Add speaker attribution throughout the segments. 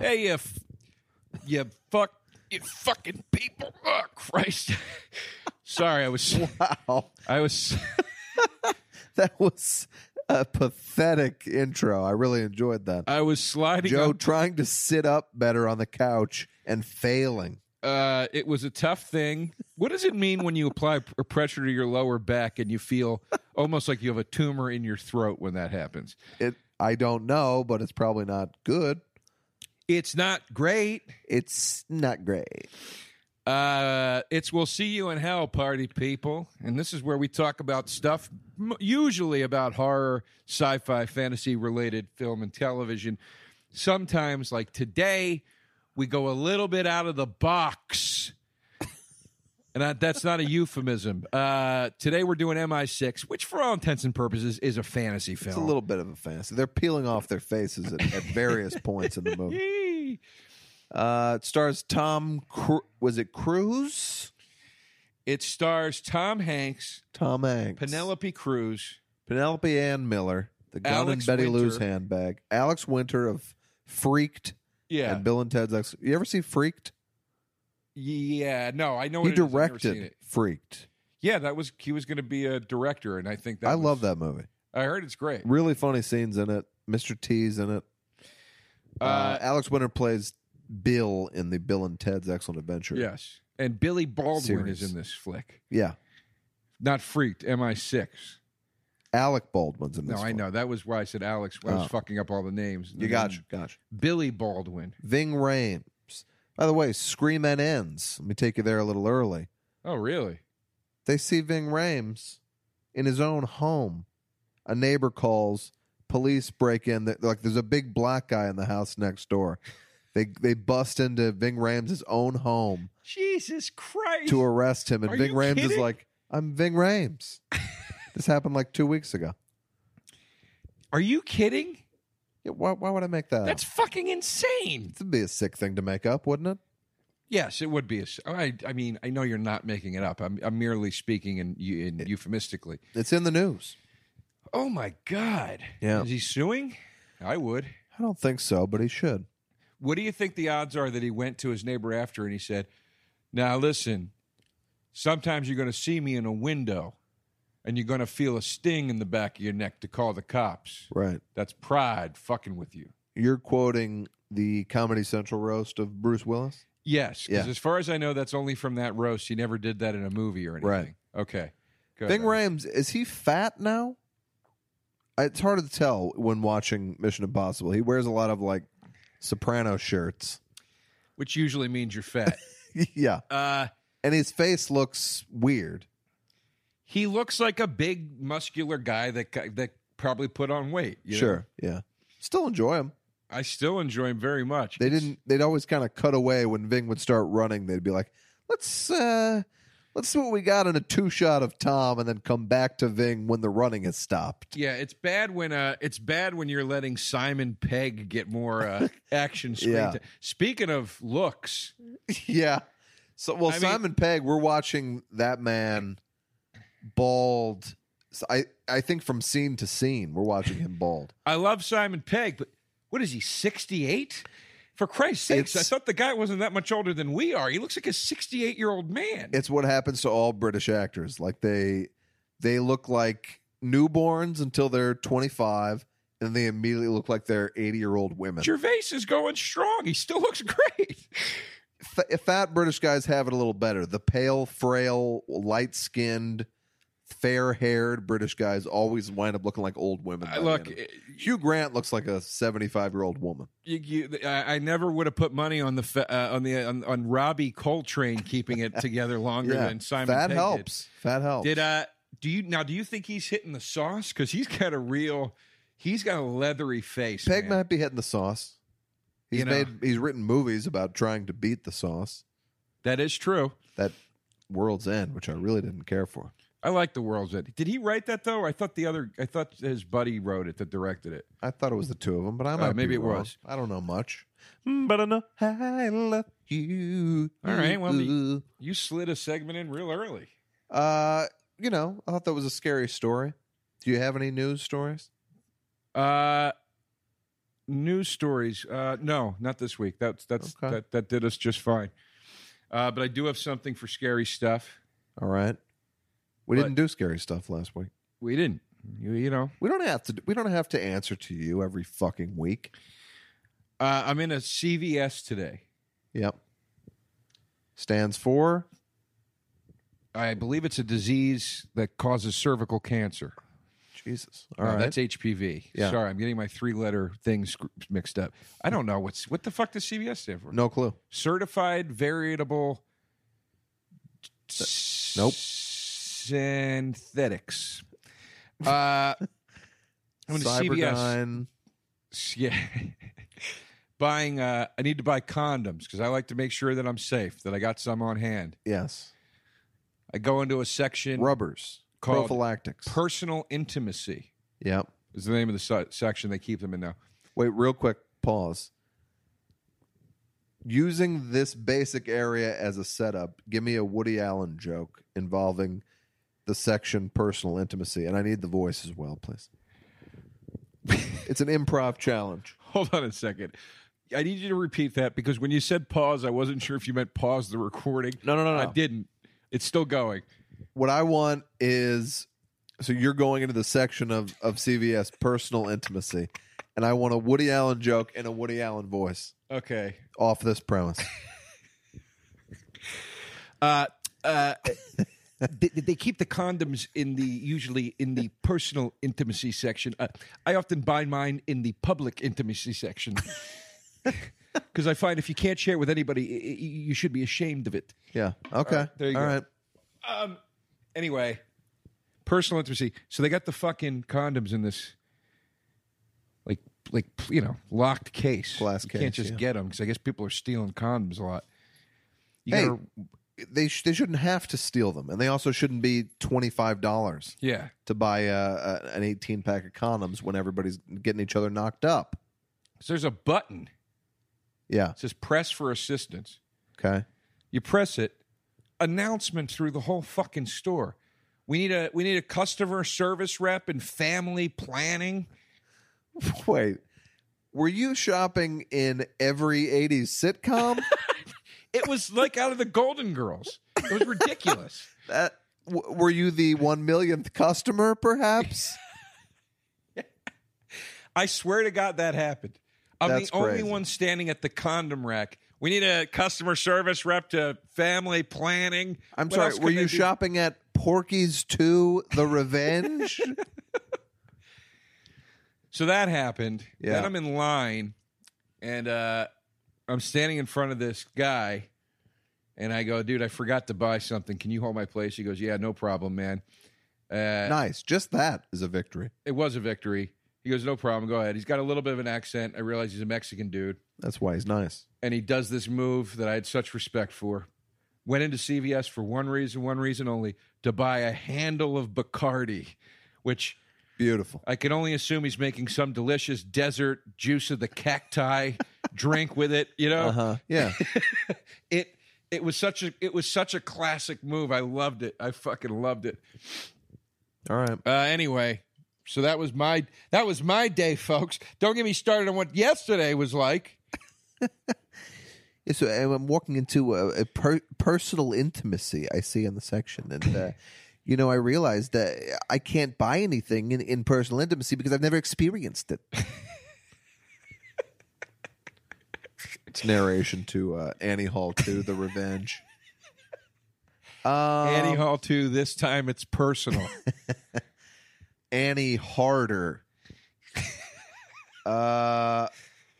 Speaker 1: say if you fuck you fucking people. Oh, Christ. Sorry, I was
Speaker 2: Wow.
Speaker 1: I was
Speaker 2: That was a pathetic intro. I really enjoyed that.
Speaker 1: I was sliding
Speaker 2: Joe
Speaker 1: up-
Speaker 2: trying to sit up better on the couch and failing.
Speaker 1: uh, it was a tough thing. What does it mean when you apply pr- pressure to your lower back and you feel almost like you have a tumor in your throat when that happens?
Speaker 2: It I don't know, but it's probably not good.
Speaker 1: It's not great.
Speaker 2: It's not great.
Speaker 1: Uh, it's we'll see you in hell, party people, and this is where we talk about stuff m- usually about horror, sci-fi, fantasy related film and television. Sometimes, like today, we go a little bit out of the box, and I, that's not a euphemism. Uh, today we're doing MI6, which for all intents and purposes is a fantasy film.
Speaker 2: It's a little bit of a fantasy. They're peeling off their faces at, at various points in the movie.
Speaker 1: Yee.
Speaker 2: Uh, it stars Tom. Cru- was it Cruise?
Speaker 1: It stars Tom Hanks,
Speaker 2: Tom Hanks.
Speaker 1: Penelope Cruz.
Speaker 2: Penelope Ann Miller. The gun
Speaker 1: Alex
Speaker 2: in Betty Lou's
Speaker 1: Winter.
Speaker 2: handbag. Alex Winter of Freaked
Speaker 1: Yeah,
Speaker 2: and Bill and Ted's Ex. You ever see Freaked?
Speaker 1: yeah. No, I know
Speaker 2: He
Speaker 1: what it is. I've never seen
Speaker 2: directed
Speaker 1: it.
Speaker 2: Freaked.
Speaker 1: Yeah, that was he was going to be a director, and I think that
Speaker 2: I
Speaker 1: was-
Speaker 2: love that movie.
Speaker 1: I heard it's great.
Speaker 2: Really funny scenes in it. Mr. T's in it. Uh,
Speaker 1: Uh,
Speaker 2: Alex Winter plays Bill in the Bill and Ted's Excellent Adventure.
Speaker 1: yes, and Billy Baldwin
Speaker 2: Series.
Speaker 1: is in this flick.
Speaker 2: Yeah.
Speaker 1: Not freaked. MI six.
Speaker 2: Alec Baldwin's in
Speaker 1: No,
Speaker 2: this.
Speaker 1: I
Speaker 2: one.
Speaker 1: know that was why I said Alex. I was
Speaker 2: Oh.
Speaker 1: fucking up all the names.
Speaker 2: You gotcha. Gotcha.
Speaker 1: Billy Baldwin.
Speaker 2: Ving Rhames. By the way, Scream and Ends. Let me take you there a little early.
Speaker 1: Oh, really?
Speaker 2: They see Ving Rhames in his own home. A neighbor calls. Police break in. They're Like there's a big black guy in the house next door. They they bust into Ving Rhames' own home
Speaker 1: Jesus Christ!
Speaker 2: to arrest him, and
Speaker 1: Are
Speaker 2: Ving
Speaker 1: you
Speaker 2: Rhames is
Speaker 1: kidding?
Speaker 2: like, "I'm Ving Rhames." this happened like two weeks ago.
Speaker 1: Are you kidding?
Speaker 2: Yeah, why, why would I make that?
Speaker 1: That's
Speaker 2: up?
Speaker 1: fucking insane.
Speaker 2: It'd be a sick thing to make up, wouldn't it?
Speaker 1: Yes, it would be. A, s- I, I mean, I know you're not making it up. I'm, I'm merely speaking in, eu- in euphemistically.
Speaker 2: It's in the news.
Speaker 1: Oh my God!
Speaker 2: Yeah.
Speaker 1: Is he suing? I would.
Speaker 2: I don't think so, but he should.
Speaker 1: What do you think the odds are that he went to his neighbor after and he said, Now listen, sometimes you're going to see me in a window and you're going to feel a sting in the back of your neck to call the cops.
Speaker 2: Right.
Speaker 1: That's pride fucking with you.
Speaker 2: You're quoting the Comedy Central roast of Bruce Willis.
Speaker 1: Yes, because
Speaker 2: Yeah.
Speaker 1: as far as I know, that's only from that roast. He never did that in a movie or anything.
Speaker 2: Right.
Speaker 1: Okay. Go
Speaker 2: Ving
Speaker 1: ahead.
Speaker 2: Rhames is he fat now? It's hard to tell when watching Mission Impossible. He wears a lot of like Soprano shirts.
Speaker 1: Which usually means you're fat.
Speaker 2: yeah,
Speaker 1: uh,
Speaker 2: and his face looks weird.
Speaker 1: he looks like a big, muscular guy that that probably put on weight. you know?
Speaker 2: Sure. Yeah. Still enjoy him.
Speaker 1: I still enjoy him very much.
Speaker 2: They
Speaker 1: It's-
Speaker 2: didn't. They'd always kind of cut away when Ving would start running. They'd be like, "Let's uh, let's see what we got in a two shot of Tom, and then come back to Ving when the running has stopped."
Speaker 1: Yeah, it's bad when uh, it's bad when you're letting Simon Pegg get more uh, action screen.
Speaker 2: Yeah.
Speaker 1: time. Speaking of looks,
Speaker 2: yeah. So well,
Speaker 1: I mean-
Speaker 2: Simon Pegg. We're watching that man bald. So I I think from scene to scene, we're watching him bald.
Speaker 1: I love Simon Pegg, but what is he? Sixty eight? For Christ's sakes, I
Speaker 2: It's-
Speaker 1: thought the guy wasn't that much older than we are. He looks like a sixty eight year old man.
Speaker 2: It's what happens to all British actors. Like they they look like newborns until they're twenty five, and they immediately look like they're eighty year old women.
Speaker 1: Gervais is going strong. He still looks great.
Speaker 2: F- fat British guys have it a little better. The pale, frail, light skinned, fair haired British guys always wind up looking like old women. by
Speaker 1: I
Speaker 2: the
Speaker 1: look,
Speaker 2: end of it. Hugh Grant looks like a seventy-five year old woman.
Speaker 1: you, you, I, I never would have put money on the fa- uh, on the on, on Robbie Coltrane keeping it together longer
Speaker 2: Yeah,
Speaker 1: than Simon.
Speaker 2: Fat
Speaker 1: Pegg did.
Speaker 2: helps. Fat helps.
Speaker 1: Did uh do you now do you think he's hitting the sauce? Because he's got a real he's got a leathery face.
Speaker 2: Peg
Speaker 1: man.
Speaker 2: might be hitting the sauce. He's
Speaker 1: You know.
Speaker 2: made. He's written movies about trying to beat the sauce.
Speaker 1: That is true.
Speaker 2: That World's End, which I really didn't care for.
Speaker 1: I like the world's end. Did he write that though? I thought the other I thought his buddy wrote it that directed it.
Speaker 2: I thought it was the two of them, but I might be
Speaker 1: Uh, maybe it
Speaker 2: wrong.
Speaker 1: was.
Speaker 2: I don't know much, Mm, but I know I love you.
Speaker 1: All right, well, the- You slid a segment in real early.
Speaker 2: Uh, you know, I thought that was a scary story. Do you have any news stories?
Speaker 1: Uh news stories. Uh, no, not this week. That's that's
Speaker 2: Okay.
Speaker 1: that that did us just fine. Uh, but I do have something for scary stuff.
Speaker 2: All right. We
Speaker 1: But-
Speaker 2: didn't do scary stuff last week.
Speaker 1: We didn't. You, you know,
Speaker 2: We don't have to. We don't have to answer to you every fucking week.
Speaker 1: uh, I'm in a CVS today.
Speaker 2: Yep. Stands for.
Speaker 1: I believe it's a disease that causes cervical cancer.
Speaker 2: Jesus. All
Speaker 1: All
Speaker 2: right.
Speaker 1: right, that's HPV.
Speaker 2: Yeah.
Speaker 1: Sorry, I'm getting my three-letter things scr- mixed up. I don't know what's what the fuck does CVS stand for?
Speaker 2: no clue.
Speaker 1: Certified Variable.
Speaker 2: Uh, nope.
Speaker 1: Synthetics. Uh, I'm to CVS.
Speaker 2: Cyberdyne.
Speaker 1: Yeah. Buying. Uh, I need to buy condoms because I like to make sure that I'm safe. That I got some on hand.
Speaker 2: Yes.
Speaker 1: I go into a section
Speaker 2: Rubbers.
Speaker 1: called
Speaker 2: Prophylactics.
Speaker 1: Personal Intimacy.
Speaker 2: yep.
Speaker 1: Is the name of the se- section they keep them in now.
Speaker 2: Wait, real quick, pause. Using this basic area as a setup, give me a Woody Allen joke involving the section personal intimacy, and I need the voice as well, please. it's an improv challenge.
Speaker 1: Hold on a second. I need you to repeat that because when you said pause, I wasn't sure if you meant pause the recording.
Speaker 2: No, no, no,
Speaker 1: I didn't. It's still going.
Speaker 2: What I want is so you're going into the section of of CVS personal intimacy, and I want a Woody Allen joke and a Woody Allen voice
Speaker 1: Okay.
Speaker 2: off this premise.
Speaker 1: Uh, uh, they, they keep the condoms in the usually in the personal intimacy section. Uh, I often buy mine in the public intimacy section because I find if you can't share with anybody, i- i- you should be ashamed of it.
Speaker 2: Yeah. Okay.
Speaker 1: right, there you
Speaker 2: All
Speaker 1: go.
Speaker 2: right.
Speaker 1: Um. Anyway, personal intimacy. So they got the fucking condoms in this, like, like you know, locked case.
Speaker 2: Glass
Speaker 1: you Can't
Speaker 2: case,
Speaker 1: just
Speaker 2: yeah.
Speaker 1: get them because I guess people are stealing condoms a lot. You
Speaker 2: Hey.
Speaker 1: gotta-
Speaker 2: they sh- they shouldn't have to steal them, and they also shouldn't be twenty five dollars
Speaker 1: yeah.
Speaker 2: to buy uh, a, an eighteen pack of condoms when everybody's getting each other knocked up.
Speaker 1: So there's a button.
Speaker 2: Yeah.
Speaker 1: It says press for assistance.
Speaker 2: Okay.
Speaker 1: You press it. Announcement through the whole fucking store. We need a we need a customer service rep and family planning.
Speaker 2: Wait, were you shopping in every eighties sitcom?
Speaker 1: It was like out of the Golden Girls. It was ridiculous.
Speaker 2: that w- were you the one millionth customer, perhaps?
Speaker 1: I swear to God that happened. I'm
Speaker 2: That's
Speaker 1: the only
Speaker 2: crazy.
Speaker 1: one standing at the condom rack. We need a customer service rep to family planning.
Speaker 2: I'm
Speaker 1: What else
Speaker 2: sorry.
Speaker 1: could
Speaker 2: Were
Speaker 1: they
Speaker 2: you
Speaker 1: do?
Speaker 2: shopping at Porky's Two: The Revenge?
Speaker 1: So that happened.
Speaker 2: Yeah.
Speaker 1: Then I'm in line and uh, I'm standing in front of this guy and I go, dude, I forgot to buy something. Can you hold my place? He goes, yeah, no problem, man. Uh,
Speaker 2: nice. Just that is a victory.
Speaker 1: It was a victory. He goes, no problem. Go ahead. He's got a little bit of an accent. I realize he's a Mexican dude.
Speaker 2: That's why he's nice.
Speaker 1: And he does this move that I had such respect for. Went into CVS for one reason, one reason only to buy a handle of Bacardi, which
Speaker 2: Beautiful.
Speaker 1: I can only assume he's making some delicious desert juice of the cacti drink with it. You know,
Speaker 2: Uh huh. Yeah.
Speaker 1: it it was such a it was such a classic move. I loved it. I fucking loved it.
Speaker 2: All right.
Speaker 1: Uh, anyway, so that was my that was my day, folks. Don't get me started on what yesterday was like.
Speaker 2: Yeah, so uh, I'm walking into a, a per- personal intimacy I see in the section, and uh, you know I realized that I can't buy anything in, in personal intimacy because I've never experienced it. it's narration to uh, Annie Hall to The Revenge. Um,
Speaker 1: Annie
Speaker 2: Annie,
Speaker 1: Hall too. This time it's personal.
Speaker 2: Harder, uh,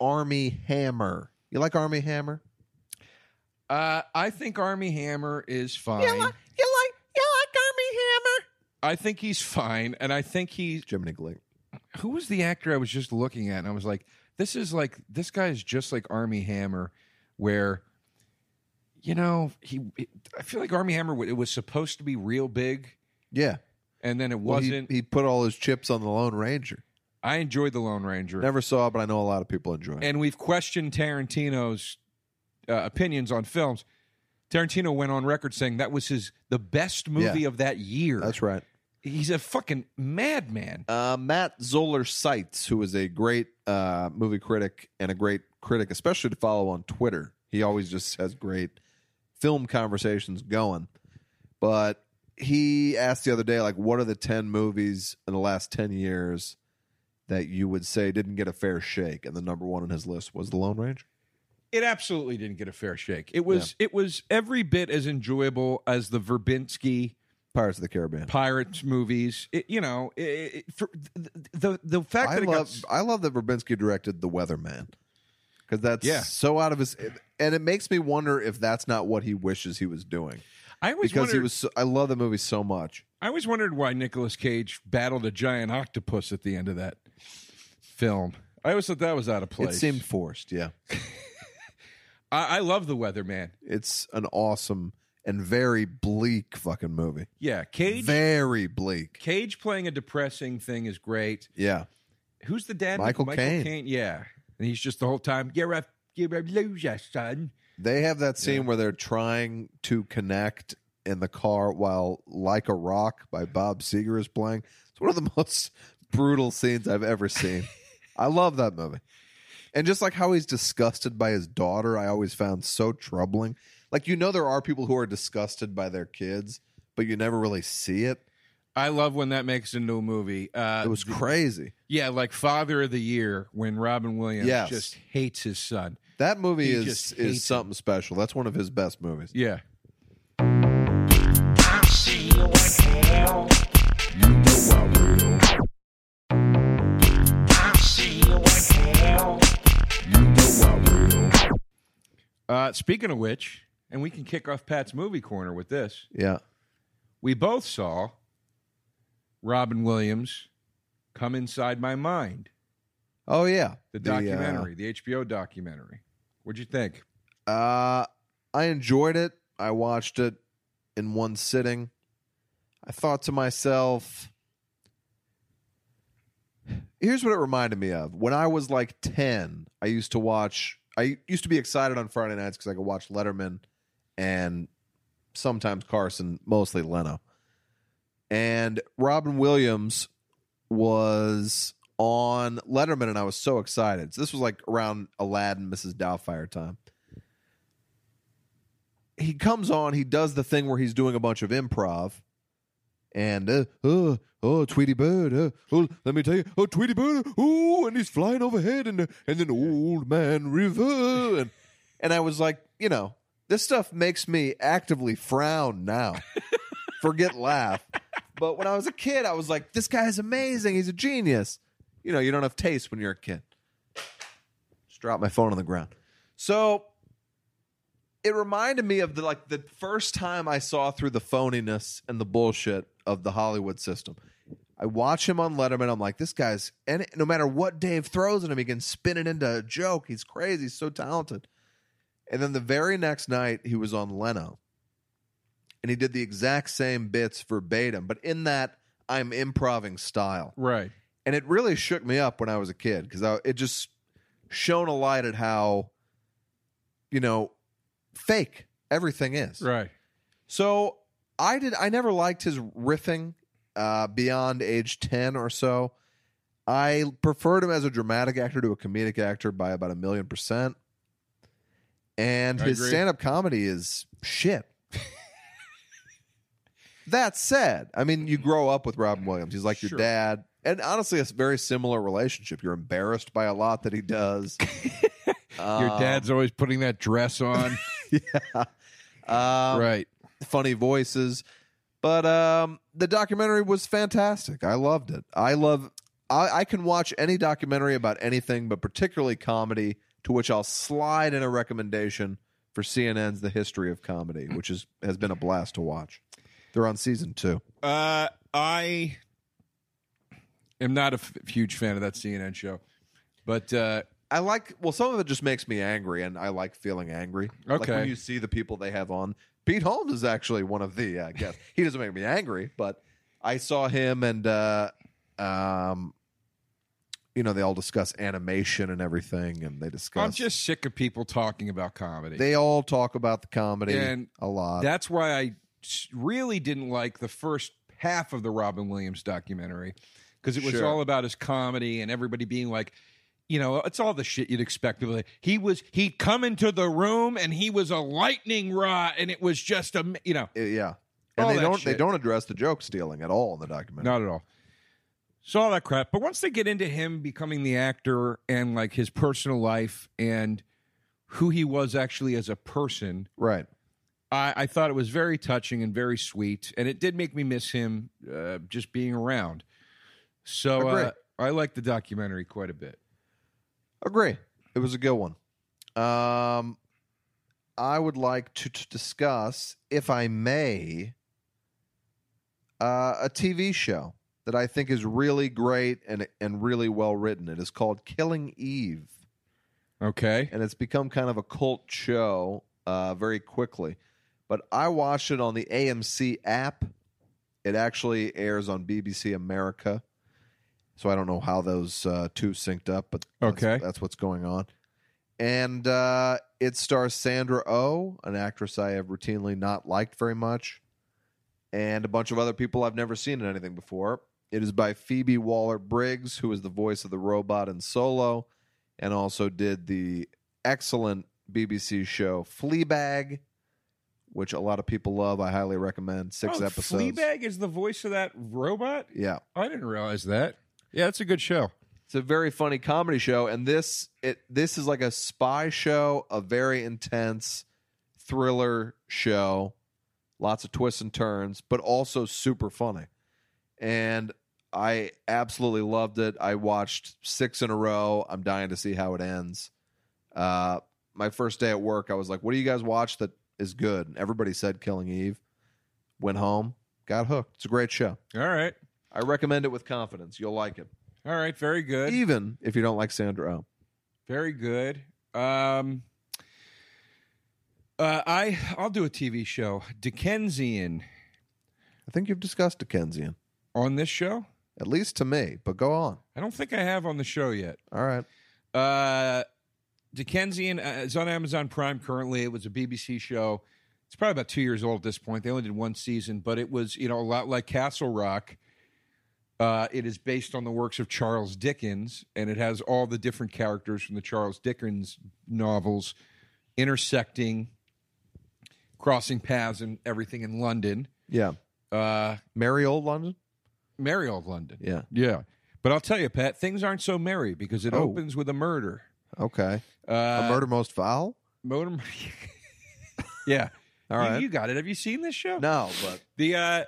Speaker 2: Army Hammer. You like Army Hammer?
Speaker 1: uh, I think Army Hammer is fine.
Speaker 2: you like you like Army Hammer?
Speaker 1: I think he's fine, and I think he's
Speaker 2: Jiminy Glick.
Speaker 1: who was the actor I was just looking at? And I was like, this is like this guy is just like Army Hammer, where you know he. I feel like Army Hammer it was supposed to be real big,
Speaker 2: Yeah.
Speaker 1: and then it
Speaker 2: Well, he-
Speaker 1: wasn't.
Speaker 2: he, put all his chips on the Lone Ranger.
Speaker 1: I enjoyed the Lone Ranger,
Speaker 2: Never saw, it, but I know a lot of people enjoy it.
Speaker 1: and we've questioned Tarantino's uh, opinions on films. Tarantino went on record saying that was his the best movie of that year.
Speaker 2: That's right.
Speaker 1: He's a fucking madman.
Speaker 2: Uh, Matt Zoller Seitz, who is a great uh, movie critic and a great critic, especially to follow on Twitter. He always just has great film conversations going. But he asked the other day, like, what are the 10 movies in the last 10 years that you would say didn't get a fair shake? And the number one on his list was The Lone Ranger.
Speaker 1: It absolutely didn't get a fair shake. It was it was every bit as enjoyable as the Verbinski
Speaker 2: Pirates of the Caribbean.
Speaker 1: Pirates movies. It, you know, it, it, for, the, the the fact
Speaker 2: I
Speaker 1: that it got
Speaker 2: love
Speaker 1: s-
Speaker 2: I love that Verbinski directed The Weatherman because that's
Speaker 1: Yeah.
Speaker 2: so out of his and it makes me wonder if that's not what he wishes he was doing
Speaker 1: I always
Speaker 2: because he
Speaker 1: wondered-
Speaker 2: was so, I love the movie so much.
Speaker 1: I always wondered why Nicolas Cage battled a giant octopus at the end of that film. I always thought that was out of place.
Speaker 2: It seemed forced. Yeah,
Speaker 1: I, I love the Weatherman.
Speaker 2: it's an awesome and very bleak fucking movie.
Speaker 1: Yeah, Cage.
Speaker 2: Very bleak.
Speaker 1: Cage playing a depressing thing is great.
Speaker 2: Yeah,
Speaker 1: Who's the dad?
Speaker 2: Michael Caine.
Speaker 1: Yeah, and he's just the whole time. You're a you're a loser, son.
Speaker 2: they have that scene where they're trying to connect in the car while "Like a Rock" by Bob Seger is playing. It's one of the most brutal scenes I've ever seen. I love that movie, and just like how he's disgusted by his daughter, I always found so troubling. Like you know, there are people who are disgusted by their kids, but you never really see it.
Speaker 1: I love when that makes a new movie. Uh,
Speaker 2: It was crazy.
Speaker 1: yeah, like Father of the Year when Robin Williams
Speaker 2: Yes.
Speaker 1: just hates his son.
Speaker 2: That movie
Speaker 1: He
Speaker 2: is
Speaker 1: just
Speaker 2: is
Speaker 1: hates
Speaker 2: something special. That's one of his best movies.
Speaker 1: Yeah, Uh, speaking of which, and we can kick off Pat's movie corner with this.
Speaker 2: Yeah.
Speaker 1: We both saw Robin Williams come inside my mind,
Speaker 2: Oh yeah.
Speaker 1: the
Speaker 2: uh,
Speaker 1: documentary, the, HBO documentary. What'd you think?
Speaker 2: Uh, I enjoyed it. I watched it in one sitting. I thought to myself, here's what it reminded me of. When I was like 10, I used to watch, I used to be excited on Friday nights because I could watch Letterman and sometimes Carson, mostly Leno. And Robin Williams was on Letterman, and I was so excited. So this was like around Aladdin, Mrs. Doubtfire time he comes on, he does the thing where he's doing a bunch of improv. And uh, oh, oh, Tweety Bird, uh, oh, let me tell you, oh, Tweety Bird, oh, and he's flying overhead, and uh, and then Old Man River, and and I was like, you know, this stuff makes me actively frown now, forget laugh. But when I was a kid, I was like, this guy is amazing, he's a genius. You know, you don't have taste when you're a kid. Just drop my phone on the ground. So it reminded me of the like the first time I saw through the phoniness and the bullshit of the Hollywood system. I watch him on Letterman. I'm like, this guy's and no matter what Dave throws at him, he can spin it into a joke. He's crazy. He's so talented. And then the very next night, he was on Leno, and he did the exact same bits verbatim, but in that I'm improving style
Speaker 1: Right.
Speaker 2: and it really shook me up when I was a kid because it just shone a light at how you know fake everything is.
Speaker 1: Right.
Speaker 2: So I did. I never liked his riffing uh, beyond age ten or so. I preferred him as a dramatic actor to a comedic actor by about a million percent. And
Speaker 1: I
Speaker 2: his
Speaker 1: agree.
Speaker 2: stand-up comedy is shit. that said, I mean, you grow up with Robin Williams. He's like your
Speaker 1: Sure.
Speaker 2: dad, and honestly, it's a very similar relationship. You're embarrassed by a lot that he does.
Speaker 1: Your dad's always putting that dress on.
Speaker 2: um,
Speaker 1: right.
Speaker 2: funny voices. But um, the documentary was fantastic. I loved it. I love. I, I can watch any documentary about anything, but particularly comedy, to which I'll slide in a recommendation for CNN's "The History of Comedy," which is has been a blast to watch. They're on season two.
Speaker 1: Uh, I am not a f- huge fan of that CNN show, but uh,
Speaker 2: I like. Well, some of it just makes me angry, and I like feeling angry. like
Speaker 1: Okay.
Speaker 2: when you see the people they have on. Pete Holmes is actually one of the uh, guests. he doesn't make me angry, but I saw him and, uh, um, you know, they all discuss animation and everything, and they discuss.
Speaker 1: I'm just sick of people talking about comedy.
Speaker 2: they all talk about the comedy
Speaker 1: And
Speaker 2: a lot.
Speaker 1: That's why I s- really didn't like the first half of the Robin Williams documentary because it was
Speaker 2: Sure.
Speaker 1: all about his comedy and everybody being like, you know, it's all the shit you'd expect. People, like, he was he'd come into the room and he was a lightning rod, and it was just a you know,
Speaker 2: Uh, yeah. And
Speaker 1: All
Speaker 2: they
Speaker 1: that
Speaker 2: don't they
Speaker 1: shit.
Speaker 2: don't address the joke stealing at all in the documentary.
Speaker 1: not at all. So all that crap. But once they get into him becoming the actor and like his personal life and who he was actually as a person,
Speaker 2: Right.
Speaker 1: I, I thought it was very touching and very sweet, and it did make me miss him uh, just being around. So
Speaker 2: Agree.
Speaker 1: uh, I like the documentary quite a bit.
Speaker 2: Agree. It was a good one. Um, I would like to, to discuss, if I may, uh, a TV show that I think is really great and and really well written. It is called Killing Eve,
Speaker 1: Okay.
Speaker 2: and it's become kind of a cult show uh, very quickly. But I watched it on the AMC app. It actually airs on BBC America, so I don't know how those uh, two synced up, but that's-
Speaker 1: Okay.
Speaker 2: that's what's going on. And uh, it stars Sandra O, oh, an actress I have routinely not liked very much, and a bunch of other people I've never seen in anything before. It is by Phoebe Waller Briggs, who is the voice of the robot in Solo, and also did the excellent BBC show Fleabag, which a lot of people love. I highly recommend. Six
Speaker 1: Oh,
Speaker 2: episodes.
Speaker 1: Fleabag is the voice of that robot.
Speaker 2: Yeah.
Speaker 1: I didn't realize that. Yeah, it's a good show.
Speaker 2: It's a very funny comedy show, and this it this is like a spy show, a very intense thriller show, lots of twists and turns, but also super funny. And I absolutely loved it. I watched six in a row. I'm dying to see how it ends. Uh, my first day at work, I was like, "What do you guys watch that is good?" And everybody said "Killing Eve." Went home, got hooked. It's a great show.
Speaker 1: All right.
Speaker 2: I recommend it with confidence. You'll like it
Speaker 1: All right. Very good.
Speaker 2: even if you don't like Sandra Oh.
Speaker 1: Very good. Um, uh, I I'll do a TV show, Dickensian,
Speaker 2: I think you've discussed Dickensian,
Speaker 1: on this show.
Speaker 2: at least to me, but go on.
Speaker 1: I don't think I have on the show yet.
Speaker 2: All right.
Speaker 1: Uh, Dickensian uh, is on Amazon Prime currently. It was a BBC show. It's probably about two years old at this point. They only did one season, but it was you know a lot like Castle Rock. Uh, it is based on the works of Charles Dickens, and it has all the different characters from the Charles Dickens novels intersecting, crossing paths, and everything in London.
Speaker 2: Yeah.
Speaker 1: Uh,
Speaker 2: Merry Old London?
Speaker 1: merry old London.
Speaker 2: Yeah.
Speaker 1: Yeah. But I'll tell you, Pat, things aren't so merry because it
Speaker 2: Oh.
Speaker 1: opens with a murder.
Speaker 2: Okay.
Speaker 1: Uh,
Speaker 2: a murder most foul?
Speaker 1: Motor. yeah.
Speaker 2: All
Speaker 1: You-
Speaker 2: right.
Speaker 1: you, got it. Have you seen this show?
Speaker 2: no, but
Speaker 1: The uh,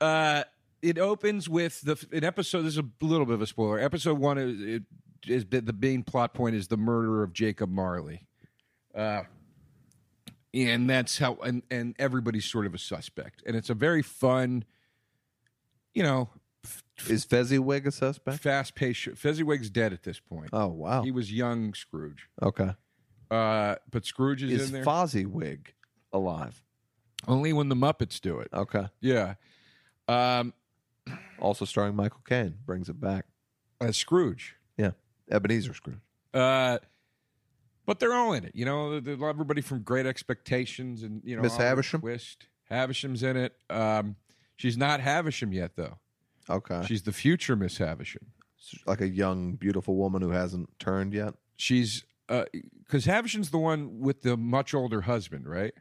Speaker 1: uh, it opens with the an episode. This is a little bit of a spoiler. Episode one is it is the the main plot point is the murder of Jacob Marley. Uh, and that's how and and everybody's sort of a suspect, and it's a very fun, you know,
Speaker 2: is Fezziwig a suspect?
Speaker 1: fast paced. show. Fezziwig's dead at this point.
Speaker 2: Oh, wow.
Speaker 1: He was young Scrooge,
Speaker 2: Okay.
Speaker 1: uh, but Scrooge is,
Speaker 2: Is
Speaker 1: in there
Speaker 2: Fozziwig alive?
Speaker 1: only when the Muppets do it.
Speaker 2: Okay.
Speaker 1: Yeah. Um,
Speaker 2: Also starring Michael Caine. Brings it back.
Speaker 1: uh, Scrooge.
Speaker 2: Ebenezer Scrooge.
Speaker 1: Uh, but they're all in it. You know, The- the- everybody from Great Expectations and, you know,
Speaker 2: Miss
Speaker 1: Oliver
Speaker 2: Havisham?
Speaker 1: Twist. Havisham's in it. Um, she's not Havisham yet, though.
Speaker 2: Okay.
Speaker 1: She's the future Miss Havisham.
Speaker 2: She's like a young, beautiful woman who hasn't turned yet.
Speaker 1: She's, because Havisham's the one with the much older husband, right?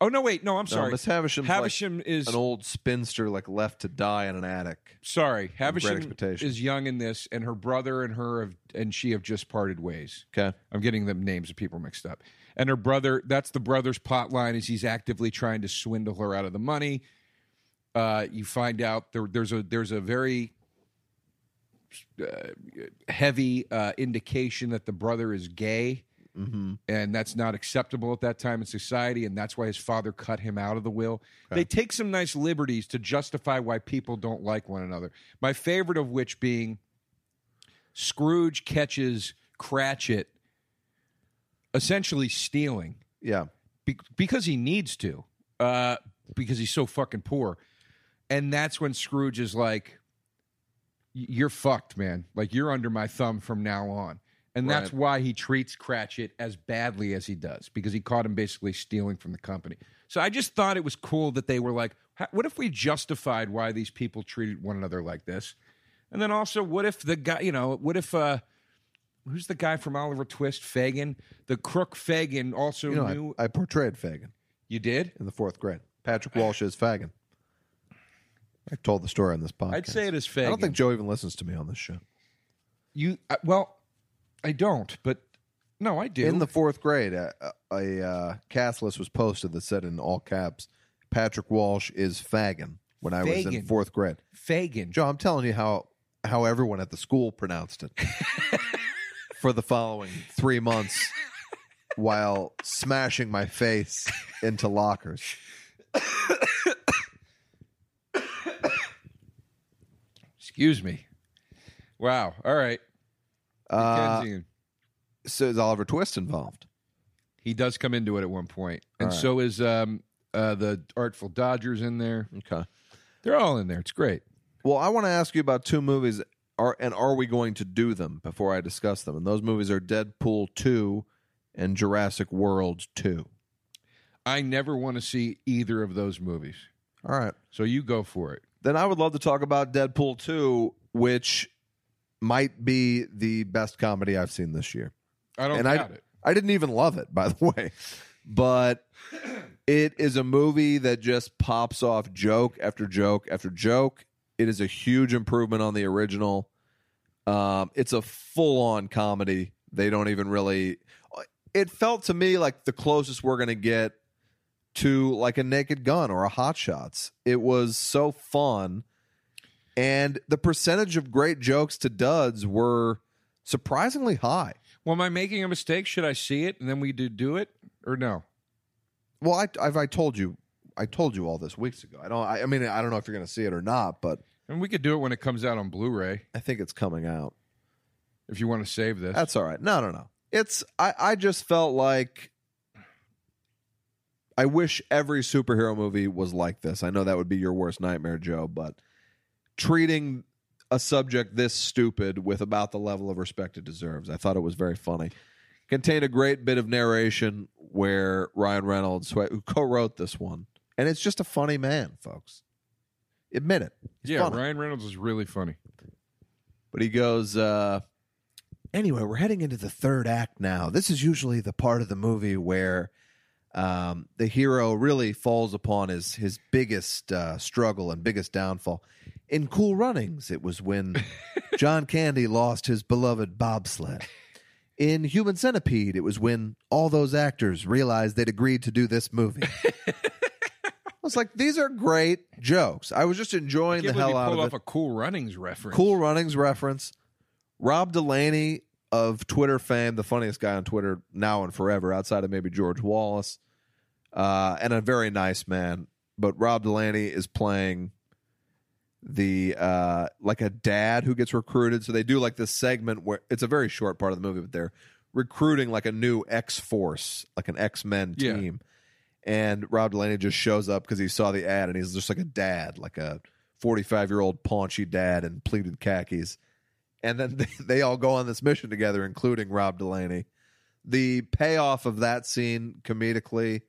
Speaker 1: Oh, no, wait. No, I'm
Speaker 2: No,
Speaker 1: sorry.
Speaker 2: Miss Havisham's
Speaker 1: Havisham is,
Speaker 2: like an old spinster, like left to die in an attic.
Speaker 1: sorry, Havisham
Speaker 2: Expectations.
Speaker 1: is young in this, and her brother and her have, and she have just parted ways.
Speaker 2: Okay.
Speaker 1: I'm getting the names of people mixed up. And her brother, that's the brother's plot line is he's actively trying to swindle her out of the money. Uh, you find out there, there's a there's a very uh, heavy uh, indication that the brother is gay,
Speaker 2: Mm-hmm.
Speaker 1: and that's not acceptable at that time in society, and that's why his father cut him out of the will.
Speaker 2: Okay.
Speaker 1: They take some nice liberties to justify why people don't like one another. My favorite of which being Scrooge catches Cratchit essentially stealing
Speaker 2: Yeah.
Speaker 1: be- because he needs to, uh, because he's so fucking poor. And that's when Scrooge is like, "Y- "You're fucked, man. Like you're under my thumb from now on." And that's
Speaker 2: Right.
Speaker 1: why he treats Cratchit as badly as he does because he caught him basically stealing from the company. So I just thought it was cool that they were like, "H- "What if we justified why these people treated one another like this?" And then also, what if the guy, you know, what if uh, who's the guy from Oliver Twist? Fagin, the crook Fagin, also
Speaker 2: You know,
Speaker 1: knew.
Speaker 2: I, I portrayed Fagin
Speaker 1: you did?
Speaker 2: in the fourth grade. Patrick Walsh is Fagin. I've told the story on this podcast.
Speaker 1: I'd say it is
Speaker 2: I
Speaker 1: Fagin.
Speaker 2: don't think Joe even listens to me on this show.
Speaker 1: you. I, well, I don't, but no, I do.
Speaker 2: In the fourth grade, a, a, a uh, cast list was posted that said in all caps, "Patrick Walsh is Fagin." When I was in
Speaker 1: Fagin.
Speaker 2: fourth grade,
Speaker 1: Fagin.
Speaker 2: Joe, I'm telling you how how everyone at the school pronounced it for the following three months, while smashing my face into lockers.
Speaker 1: Excuse me. Wow. All right.
Speaker 2: Uh,
Speaker 1: Dickensian.
Speaker 2: so is Oliver Twist involved?
Speaker 1: he does come into it at one point, and
Speaker 2: All right.
Speaker 1: so is um, uh, the Artful Dodgers in there.
Speaker 2: Okay.
Speaker 1: They're all in there. It's great.
Speaker 2: Well, I want to ask you about two movies. Are and are we going to do them before I discuss them? And those movies are Deadpool two and Jurassic World two.
Speaker 1: I never want to see either of those movies.
Speaker 2: All right.
Speaker 1: So you go for it.
Speaker 2: Then I would love to talk about Deadpool two, which might be the best comedy I've seen this year.
Speaker 1: I don't
Speaker 2: And I-
Speaker 1: doubt it.
Speaker 2: I didn't even love it, by the way. But it is a movie that just pops off joke after joke after joke. It is a huge improvement on the original. Um, it's a full on comedy. They don't even really. It felt to me like the closest we're going to get to like a Naked Gun or a Hot Shots. It was so fun. And the percentage of great jokes to duds were surprisingly high.
Speaker 1: Well, am I making a mistake? Should I see it and then we do do it or no?
Speaker 2: Well, I, I've I told you, I told you all this weeks ago. I don't. I, I mean, I don't know if you're going to see it or not, but
Speaker 1: And we could do it when it comes out on Blu-ray
Speaker 2: I think it's coming out.
Speaker 1: if you want to save this.
Speaker 2: That's all right. No, no, no. It's. I. I just felt like. I wish every superhero movie was like this. I know that would be your worst nightmare, Joe, but treating a subject this stupid with about the level of respect it deserves, I thought it was very funny. Contained a great bit of narration where Ryan Reynolds, who who co-wrote this one, and it's just a funny man, folks. Admit it. He's
Speaker 1: yeah,
Speaker 2: funny.
Speaker 1: Ryan Reynolds is really funny.
Speaker 2: But he goes, uh, anyway, we're heading into the third act now. This is usually the part of the movie where um, the hero really falls upon his his biggest uh, struggle and biggest downfall. In Cool Runnings, it was when John Candy lost his beloved bobsled. In Human Centipede, it was when all those actors realized they'd agreed to do this movie. I was like, these are great jokes. I was just enjoying
Speaker 1: Can't
Speaker 2: the
Speaker 1: believe
Speaker 2: hell
Speaker 1: he
Speaker 2: out
Speaker 1: pulled
Speaker 2: of it.
Speaker 1: off a Cool Runnings reference.
Speaker 2: Cool Runnings reference. Rob Delaney of Twitter fame, the funniest guy on Twitter now and forever, outside of maybe George Wallace, uh, and a very nice man. But Rob Delaney is playing the uh, like a dad who gets recruited. So they do like this segment where it's a very short part of the movie, but they're recruiting like a new X Force, like an X Men
Speaker 1: Yeah.
Speaker 2: team. And Rob Delaney just shows up because he saw the ad and he's just like a dad, like a 45 year old paunchy dad in pleated khakis. And then they, they all go on this mission together, including Rob Delaney. The payoff of that scene comedically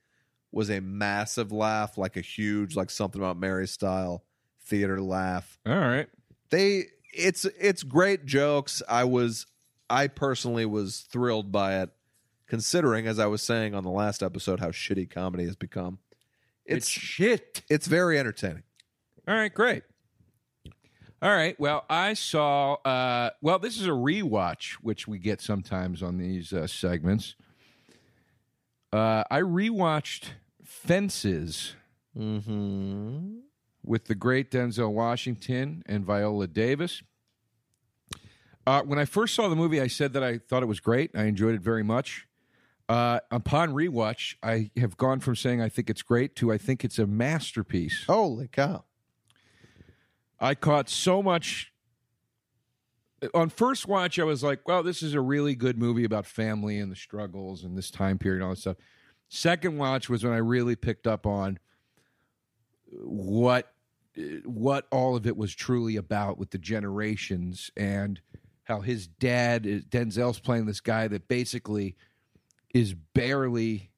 Speaker 2: was a massive laugh, like a huge, like something about Mary style theater laugh.
Speaker 1: All right.
Speaker 2: They it's it's great jokes. I was I personally was thrilled by it, considering as I was saying on the last episode how shitty comedy has become.
Speaker 1: It's,
Speaker 2: It's
Speaker 1: shit.
Speaker 2: it's very entertaining.
Speaker 1: All right, great. All right. Well, I saw. Uh, well, this is a rewatch, which we get sometimes on these uh, segments. Uh, I rewatched Fences
Speaker 2: Mm-hmm.
Speaker 1: with the great Denzel Washington and Viola Davis. Uh, when I first saw the movie, I said that I thought it was great. I enjoyed it very much. Uh, upon rewatch, I have gone from saying I think it's great to I think it's a masterpiece.
Speaker 2: Holy cow.
Speaker 1: I caught so much. On first watch, I was like, "Well, this is a really good movie about family and the struggles and this time period and all that stuff." Second watch was when I really picked up on what what all of it was truly about with the generations and how his dad is Denzel's playing this guy that basically is barely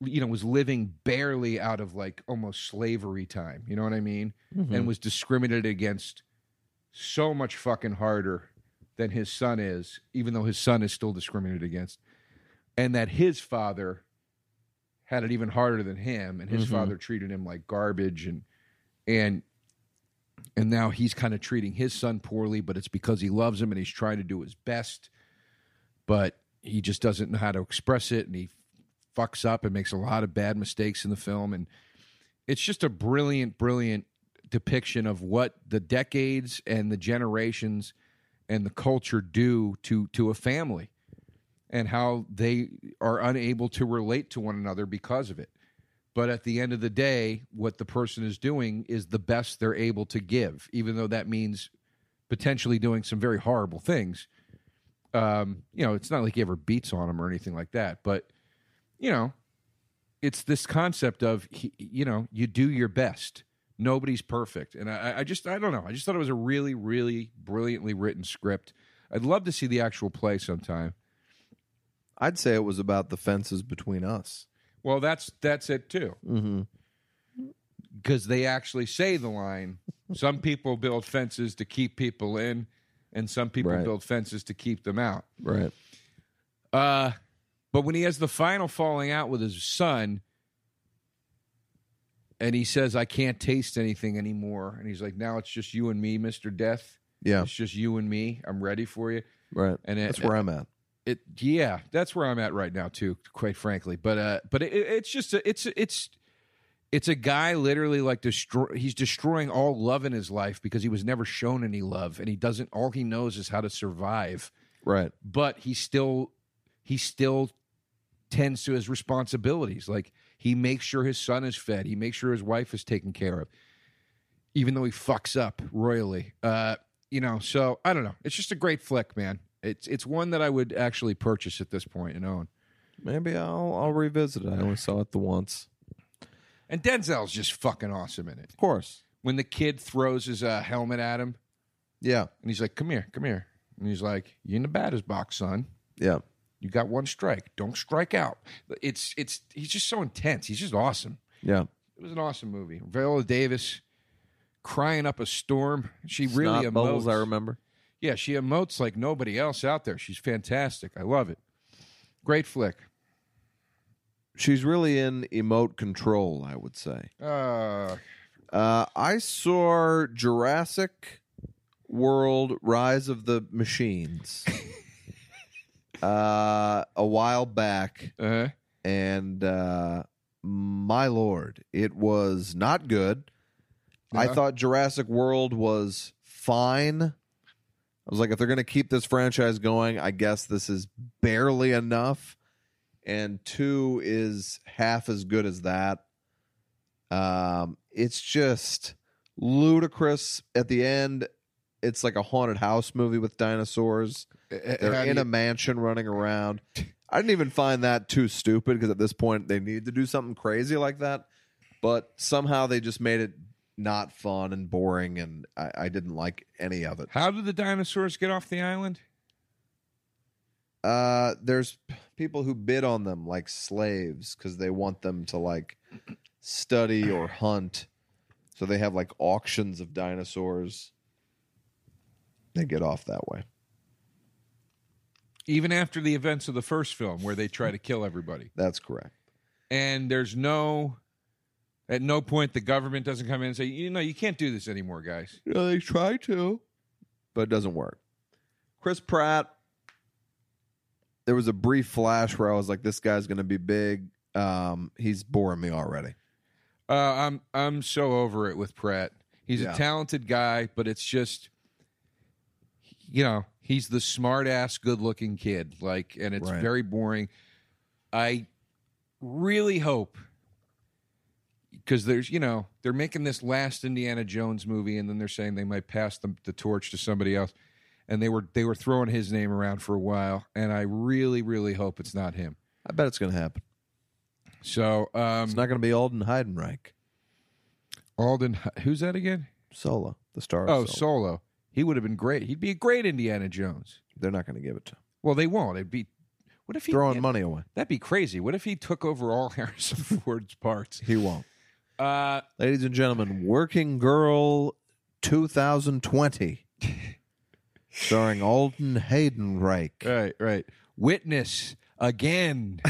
Speaker 1: you know was living barely out of like almost slavery time you know
Speaker 2: Mm-hmm.
Speaker 1: what i mean and was discriminated against so much fucking harder than his son is, even though his son is still discriminated against, and that his father had it even harder than him, and his
Speaker 2: Mhm.
Speaker 1: father treated him like garbage, and and and now he's kind of treating his son poorly, but it's because he loves him and he's trying to do his best, but he just doesn't know how to express it, and he fucks up and makes a lot of bad mistakes in the film, and it's just a brilliant, brilliant depiction of what the decades and the generations and the culture do to to a family and how they are unable to relate to one another because of it but at the end of the day what the person is doing is the best they're able to give even though that means potentially doing some very horrible things um you know it's not like he ever beats on him or anything like that but you know it's this concept of he, you know you do your best nobody's perfect and I, I just i don't know i just thought it was a really really brilliantly written script i'd love to see the actual play sometime
Speaker 2: I'd say it was about the fences between us.
Speaker 1: well that's that's it too
Speaker 2: Mm-hmm.
Speaker 1: because they actually say the line some people build fences to keep people in and some people
Speaker 2: Right.
Speaker 1: build fences to keep them out
Speaker 2: Right.
Speaker 1: Uh, but when he has the final falling out with his son, and he says, "I can't taste anything anymore," and he's like, "Now it's just you and me, Mister Death.
Speaker 2: Yeah.
Speaker 1: It's just you and me. I'm ready for you."
Speaker 2: Right.
Speaker 1: And
Speaker 2: That's
Speaker 1: it,
Speaker 2: where I'm at.
Speaker 1: it yeah that's where i'm at right now too quite frankly but uh but it, it's just a, it's it's it's a guy literally like destroy he's destroying all love in his life because he was never shown any love and he doesn't all he knows is how to survive
Speaker 2: Right.
Speaker 1: but he still he still tends to his responsibilities like he makes sure his son is fed he makes sure his wife is taken care of even though he fucks up royally uh you know so i don't know it's just a great flick man it's it's one that i would actually purchase at this point and own
Speaker 2: Maybe I'll I'll revisit it. I only saw it the once.
Speaker 1: and denzel's just fucking awesome in it
Speaker 2: Of course.
Speaker 1: when the kid throws his uh, helmet at him
Speaker 2: Yeah.
Speaker 1: and he's like come here come here and he's like you in the batter's box son
Speaker 2: Yeah.
Speaker 1: you got one strike don't strike out it's it's he's just so intense he's just awesome
Speaker 2: Yeah.
Speaker 1: It was an awesome movie. Viola Davis crying up a storm. She really emotes.
Speaker 2: Snot bubbles. I remember.
Speaker 1: yeah, she emotes like nobody else out there. She's fantastic. I love it. Great flick.
Speaker 2: She's really in emote control. I would say.
Speaker 1: Uh,
Speaker 2: Uh, I saw Jurassic World: Rise of the Machines uh, a while back,
Speaker 1: uh,
Speaker 2: and uh, my lord, it was not good. I
Speaker 1: Yeah.
Speaker 2: thought Jurassic World was fine. I was like, if they're going to keep this franchise going, I guess this is barely enough. And two is half as good as that. Um, it's just ludicrous. At the end, it's like a haunted house movie with dinosaurs.
Speaker 1: uh,
Speaker 2: They're in a mansion running around. I didn't even find that too stupid because at this point they need to do something crazy like that. But somehow they just made it not fun and boring, and I, I didn't like any of it.
Speaker 1: How did the dinosaurs get off the island?
Speaker 2: Uh, there's p- people who bid on them like slaves because they want them to like study or hunt. So they have like auctions of dinosaurs. They get off that way.
Speaker 1: Even after the events of the first film, where they try to kill everybody,
Speaker 2: That's correct.
Speaker 1: and there's no, at no point the government doesn't come in and say, you know, you can't do this anymore, guys.
Speaker 2: Yeah, they try to, but it doesn't work. Chris Pratt. There was a brief flash where I was like, "This guy's going to be big." Um, he's boring me already.
Speaker 1: Uh, I'm I'm so over it with Pratt. He's
Speaker 2: Yeah.
Speaker 1: a talented guy, but it's just, you know, he's the smart ass, good looking kid. Like, and it's
Speaker 2: Right.
Speaker 1: very boring. I really hope because there's, you know, they're making this last Indiana Jones movie, and then they're saying they might pass the, the torch to somebody else, and they were they were throwing his name around for a while, and I really, really hope it's not him.
Speaker 2: I bet it's going to happen.
Speaker 1: So, um,
Speaker 2: It's not going to be Alden Heidenreich.
Speaker 1: Alden, who's that again?
Speaker 2: Solo, the star. Of
Speaker 1: Oh,
Speaker 2: Solo.
Speaker 1: solo. He would have been great. He'd be a great Indiana Jones.
Speaker 2: they're not going to give it to him.
Speaker 1: Well, they won't. It'd be what if he
Speaker 2: Throwing
Speaker 1: yeah,
Speaker 2: money away.
Speaker 1: That'd be crazy. What if he took over all Harrison Ford's parts?
Speaker 2: He won't.
Speaker 1: Uh,
Speaker 2: Ladies and gentlemen, Working Girl 2020. starring Alden Haydenreich.
Speaker 1: Right, right. Witness again.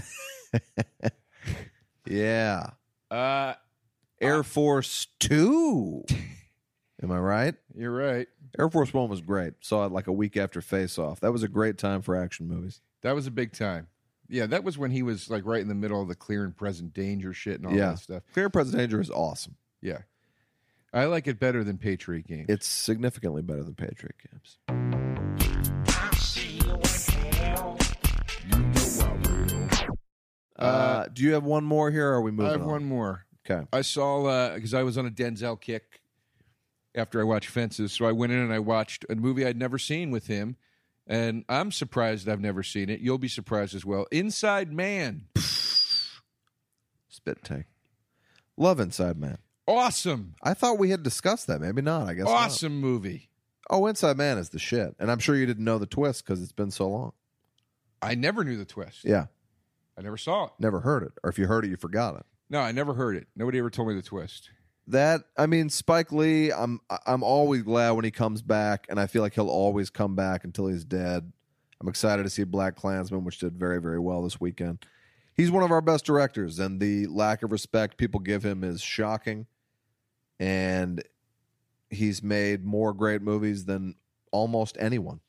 Speaker 2: Yeah.
Speaker 1: Uh,
Speaker 2: Air
Speaker 1: Uh,
Speaker 2: Force Two. Am I right?
Speaker 1: you're right.
Speaker 2: Air Force One was great. Saw it like a week after Face Off. That was a great time for action movies.
Speaker 1: That was a big time. Yeah, that was when he was like right in the middle of the clear and present danger shit and all
Speaker 2: Yeah.
Speaker 1: that stuff.
Speaker 2: Clear and Present Danger is awesome.
Speaker 1: I like it better than Patriot Games.
Speaker 2: It's significantly better than Patriot Games. Uh, do you have one more here? Or are we moving?
Speaker 1: I have
Speaker 2: on?
Speaker 1: one more.
Speaker 2: Okay.
Speaker 1: I saw because I was on a Denzel kick after I watched Fences, so I went in and I watched a movie I'd never seen with him, and I'm surprised I've never seen it. You'll be surprised as well. Inside Man,
Speaker 2: Spit take. Love Inside Man.
Speaker 1: awesome,
Speaker 2: I thought we had discussed that. Maybe not. I guess. not.
Speaker 1: awesome movie.
Speaker 2: Oh, Inside Man is the shit, and I'm sure you didn't know the twist because it's been so long.
Speaker 1: I never knew the twist.
Speaker 2: Yeah,
Speaker 1: I never saw it.
Speaker 2: never heard it, or if you heard it, you forgot it.
Speaker 1: No, I never heard it. Nobody ever told me the twist.
Speaker 2: That I mean, Spike Lee. I'm I'm always glad when he comes back, and I feel like he'll always come back until he's dead. I'm excited to see Black Klansman, which did very very well this weekend. He's one of our best directors, and the lack of respect people give him is shocking. And he's made more great movies than almost anyone.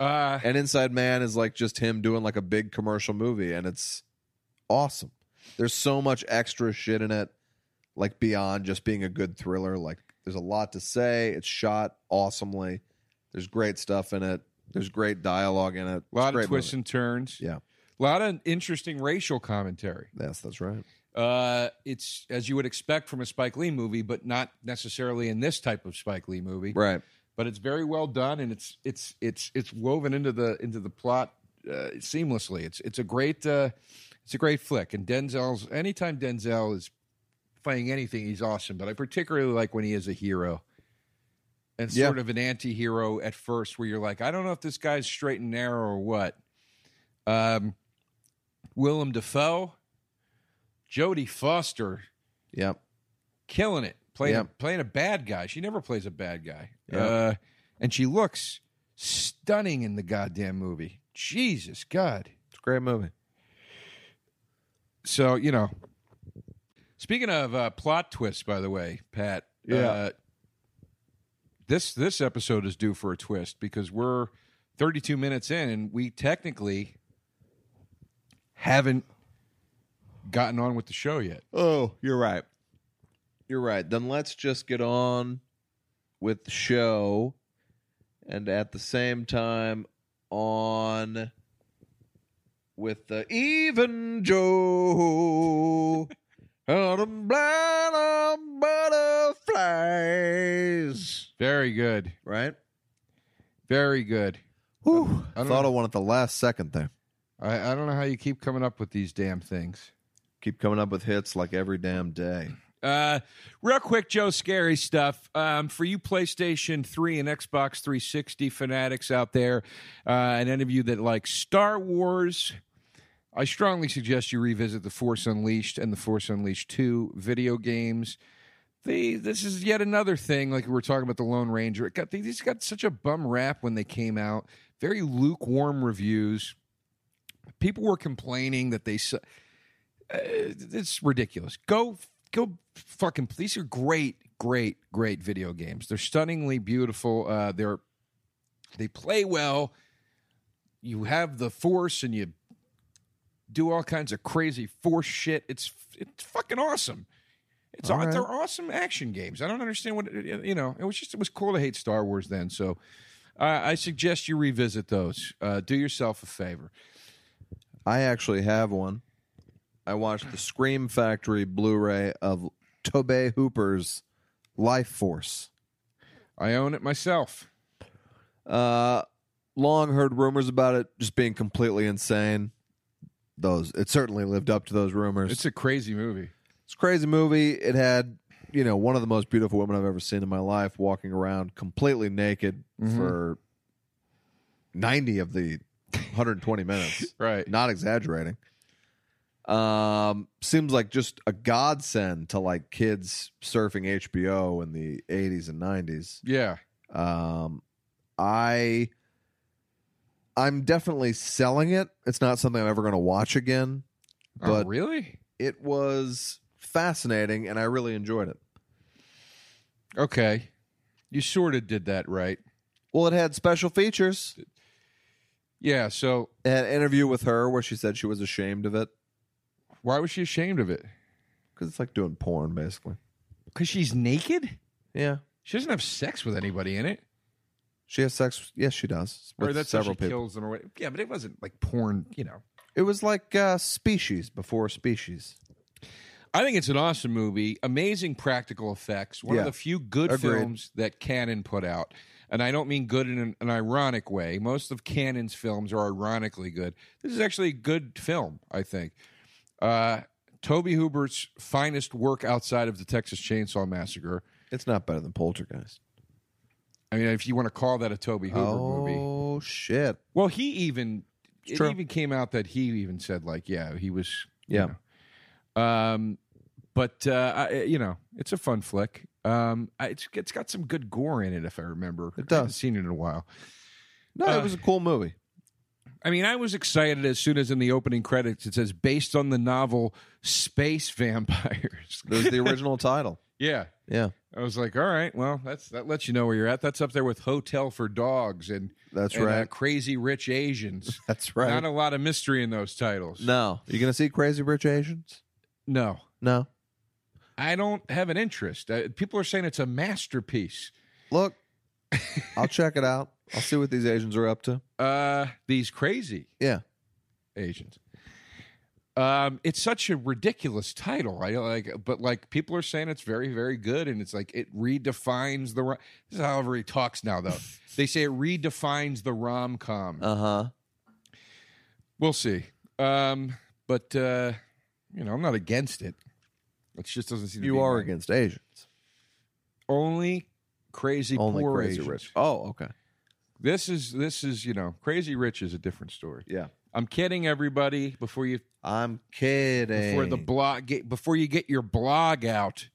Speaker 1: Uh,
Speaker 2: And Inside Man is like just him doing like a big commercial movie, and it's awesome. There's so much extra shit in it, like beyond just being a good thriller. Like there's a lot to say. It's shot awesomely. There's great stuff in it. There's great dialogue in it.
Speaker 1: a lot
Speaker 2: It's a great
Speaker 1: of twists
Speaker 2: movie.
Speaker 1: and turns.
Speaker 2: Yeah.
Speaker 1: a lot of interesting racial commentary.
Speaker 2: Yes, that's right.
Speaker 1: Uh, it's as you would expect from a Spike Lee movie, but not necessarily in this type of Spike Lee movie.
Speaker 2: Right.
Speaker 1: But it's very well done, and it's it's it's it's woven into the into the plot uh, seamlessly. It's it's a great uh, it's a great flick. And Denzel's anytime Denzel is playing anything, he's awesome. But I particularly like when he is a hero. And
Speaker 2: Yeah.
Speaker 1: sort of an anti-hero at first, where you're like, I don't know if this guy's straight and narrow or what. Um, Willem Dafoe, Jodie Foster,
Speaker 2: Yep.
Speaker 1: killing it, playing
Speaker 2: Yeah.
Speaker 1: playing a bad guy. She never plays a bad guy,
Speaker 2: Yeah.
Speaker 1: uh, and she looks stunning in the goddamn movie. Jesus God!
Speaker 2: It's a great movie.
Speaker 1: So you know, speaking of uh, plot twists, by the way, Pat.
Speaker 2: Yeah.
Speaker 1: Uh, this this episode is due for a twist because we're 32 minutes in and we technically haven't gotten on with the show yet.
Speaker 2: Oh, you're right. You're right. Then let's just get on with the show. And at the same time, on with the Even Joe. Out of blind on butterflies.
Speaker 1: Very good.
Speaker 2: Right?
Speaker 1: Very good.
Speaker 2: Whew.
Speaker 1: I
Speaker 2: I
Speaker 1: don't
Speaker 2: thought
Speaker 1: know.
Speaker 2: of one at the last second there.
Speaker 1: I, I don't know how you keep coming up with these damn things.
Speaker 2: Keep coming up with hits like every damn day.
Speaker 1: Uh, real quick, Joe, scary stuff. Um, for you PlayStation 3 and Xbox 360 fanatics out there, uh, and any of you that like Star Wars, I strongly suggest you revisit the Force Unleashed and the Force Unleashed 2 video games. They, this is yet another thing, like we were talking about the Lone Ranger. It got, these got such a bum rap when they came out, very lukewarm reviews. People were complaining that they. Su- uh, it's ridiculous. Go, go, fucking. These are great, great, great video games. They're stunningly beautiful. Uh, they're they play well. You have the force, and you do all kinds of crazy force shit. It's it's fucking awesome. It's
Speaker 2: All
Speaker 1: aw-
Speaker 2: right.
Speaker 1: they're awesome action games. I don't understand what you know. It was just it was cool to hate Star Wars then. So uh, I suggest you revisit those. Uh, do yourself a favor.
Speaker 2: I actually have one. I watched the Scream Factory Blu-ray of Tobey Hooper's Life Force.
Speaker 1: I own it myself.
Speaker 2: Uh, long heard rumors about it just being completely insane. Those it certainly lived up to those rumors.
Speaker 1: It's a crazy movie.
Speaker 2: It's a crazy movie. It had, you know, one of the most beautiful women I've ever seen in my life walking around completely naked
Speaker 1: Mhm.
Speaker 2: for 90 of the 120 minutes.
Speaker 1: Right.
Speaker 2: Not exaggerating. Um, seems like just a godsend to like kids surfing HBO in the 80s and 90s.
Speaker 1: Yeah.
Speaker 2: Um, I I'm definitely selling it. It's not something I'm ever going to watch again.
Speaker 1: oh,
Speaker 2: But-
Speaker 1: really?
Speaker 2: It was fascinating and I really enjoyed it.
Speaker 1: Okay. You sort of did that right.
Speaker 2: Well, it had special features.
Speaker 1: Yeah. So
Speaker 2: It had an interview with her where she said she was ashamed of it
Speaker 1: why was she ashamed of it?
Speaker 2: cuz it's like doing porn basically.
Speaker 1: Because she's naked?
Speaker 2: Yeah.
Speaker 1: She doesn't have sex with anybody in it.
Speaker 2: She has sex. Yes, she does.
Speaker 1: Or
Speaker 2: With
Speaker 1: that's several
Speaker 2: several people.
Speaker 1: kills them or what. Yeah, but it wasn't like porn, you know.
Speaker 2: It was like uh, Species before Species.
Speaker 1: I think it's an awesome movie. Amazing practical effects. One
Speaker 2: Yeah.
Speaker 1: of the few good
Speaker 2: Agreed.
Speaker 1: films that Cannon put out. And I don't mean good in an, an ironic way. Most of Cannon's films are ironically good. This is actually a good film, I think. Uh, Toby Hubert's finest work outside of the Texas Chainsaw Massacre.
Speaker 2: It's not better than Poltergeist.
Speaker 1: I mean, if you want to call that a Toby Huber movie.
Speaker 2: oh shit!
Speaker 1: Well, he even
Speaker 2: It's
Speaker 1: it
Speaker 2: true.
Speaker 1: even came out that he even said like, yeah, he was. you
Speaker 2: Yeah.
Speaker 1: know. Um, but uh, I, you know, it's a fun flick. Um, I- it's it's got some good gore in it, if I remember.
Speaker 2: It
Speaker 1: I haven't
Speaker 2: does.
Speaker 1: seen it in a while.
Speaker 2: No,
Speaker 1: Uh,
Speaker 2: it was a cool movie.
Speaker 1: I mean, I was excited as soon as in the opening credits it says based on the novel Space Vampires.
Speaker 2: There's the original title.
Speaker 1: yeah.
Speaker 2: Yeah,
Speaker 1: I was like, all right, well, that's that lets you know where you're at. That's up there with Hotel for Dogs and,
Speaker 2: that's
Speaker 1: and, uh,
Speaker 2: right.
Speaker 1: Crazy Rich Asians.
Speaker 2: That's right.
Speaker 1: Not a lot of mystery in those titles.
Speaker 2: no, you gonna see Crazy Rich Asians?
Speaker 1: No.
Speaker 2: No.
Speaker 1: I don't have an interest. Uh, people are saying it's a masterpiece.
Speaker 2: Look, I'll check it out. I'll see what these Asians are up to.
Speaker 1: Uh, these crazy
Speaker 2: Yeah.
Speaker 1: Asians. Um, it's such a ridiculous title. I like, but like people are saying it's very, very good, and it's like it redefines the. ro- This is however he talks now, though. they say it redefines the rom com.
Speaker 2: Uh huh.
Speaker 1: we'll see. Um, but uh, you know, I'm not against it. It just doesn't seem to
Speaker 2: You
Speaker 1: be
Speaker 2: are
Speaker 1: mine.
Speaker 2: against Asians.
Speaker 1: only crazy
Speaker 2: Only
Speaker 1: poor
Speaker 2: Crazy
Speaker 1: Asians.
Speaker 2: Rich. Oh, okay.
Speaker 1: This is this is you know crazy rich is a different story.
Speaker 2: Yeah.
Speaker 1: I'm kidding everybody before you
Speaker 2: I'm kidding.
Speaker 1: before the blog get, before you get your blog out.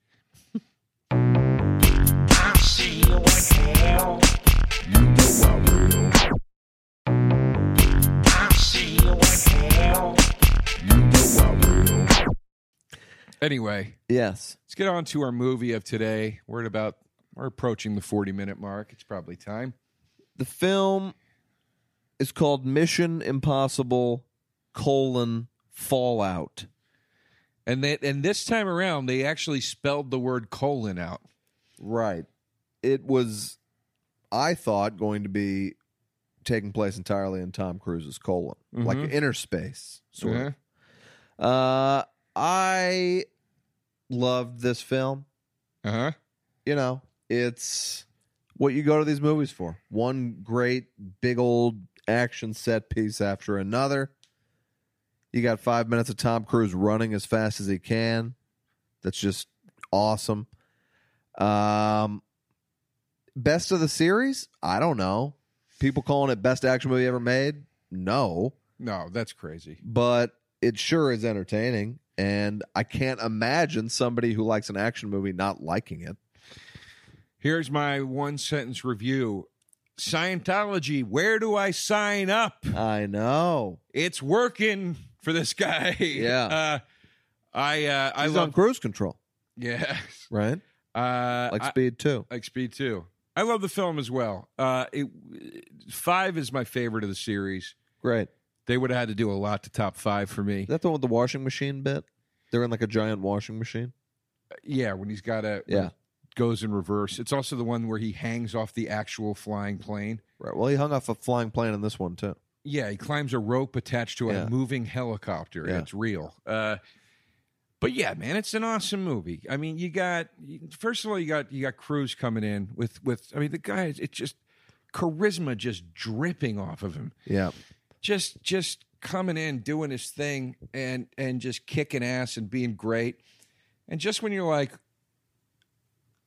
Speaker 1: Anyway,
Speaker 2: yes.
Speaker 1: let's get on to our movie of today. We're at about we're approaching the 40 minute mark. It's probably time.
Speaker 2: The film is called Mission Impossible: colon Fallout.
Speaker 1: And they, and this time around they actually spelled the word colon out.
Speaker 2: Right. It was, I thought, going to be taking place entirely in Tom Cruise's colon, like
Speaker 1: Mhm.
Speaker 2: inner space, sort
Speaker 1: Yeah.
Speaker 2: of. Uh, I loved this film.
Speaker 1: Uh-huh.
Speaker 2: You know, it's what you go to these movies for one great, big old action set piece after another. You got five minutes of Tom Cruise running as fast as he can. That's just awesome. Um, best of the series? I don't know. People calling it best action movie ever made? No,
Speaker 1: No, that's crazy.
Speaker 2: but it sure is entertaining. And I can't imagine somebody who likes an action movie not liking it.
Speaker 1: Here's my one sentence review. Scientology, where do I sign up?
Speaker 2: I know.
Speaker 1: It's working for this guy.
Speaker 2: Yeah.
Speaker 1: Uh, I uh, I
Speaker 2: He's on
Speaker 1: love
Speaker 2: cruise control,
Speaker 1: yeah.
Speaker 2: right?
Speaker 1: Uh,
Speaker 2: Like
Speaker 1: I-
Speaker 2: Speed 2.
Speaker 1: like Speed Two. I love the film as well. Uh, it, five is my favorite of the series.
Speaker 2: Great.
Speaker 1: They would have had to do a lot to top five for me.
Speaker 2: Is that the one with the washing machine bit? They're in like a giant washing machine.
Speaker 1: Yeah, when he's got a
Speaker 2: Yeah.
Speaker 1: goes in reverse. It's also the one where he hangs off the actual flying plane.
Speaker 2: Right. Well, he hung off a flying plane in this one, too.
Speaker 1: Yeah, he climbs a rope attached to a
Speaker 2: Yeah.
Speaker 1: moving helicopter. and
Speaker 2: Yeah.
Speaker 1: It's real. Uh, but yeah, man, it's an awesome movie. I mean, you got you- first of all, you got you got Cruz coming in with with. I mean, the guy is it's just charisma just dripping off of him.
Speaker 2: Yeah.
Speaker 1: Just just coming in, doing his thing, and and just kicking ass and being great. And just when you're like,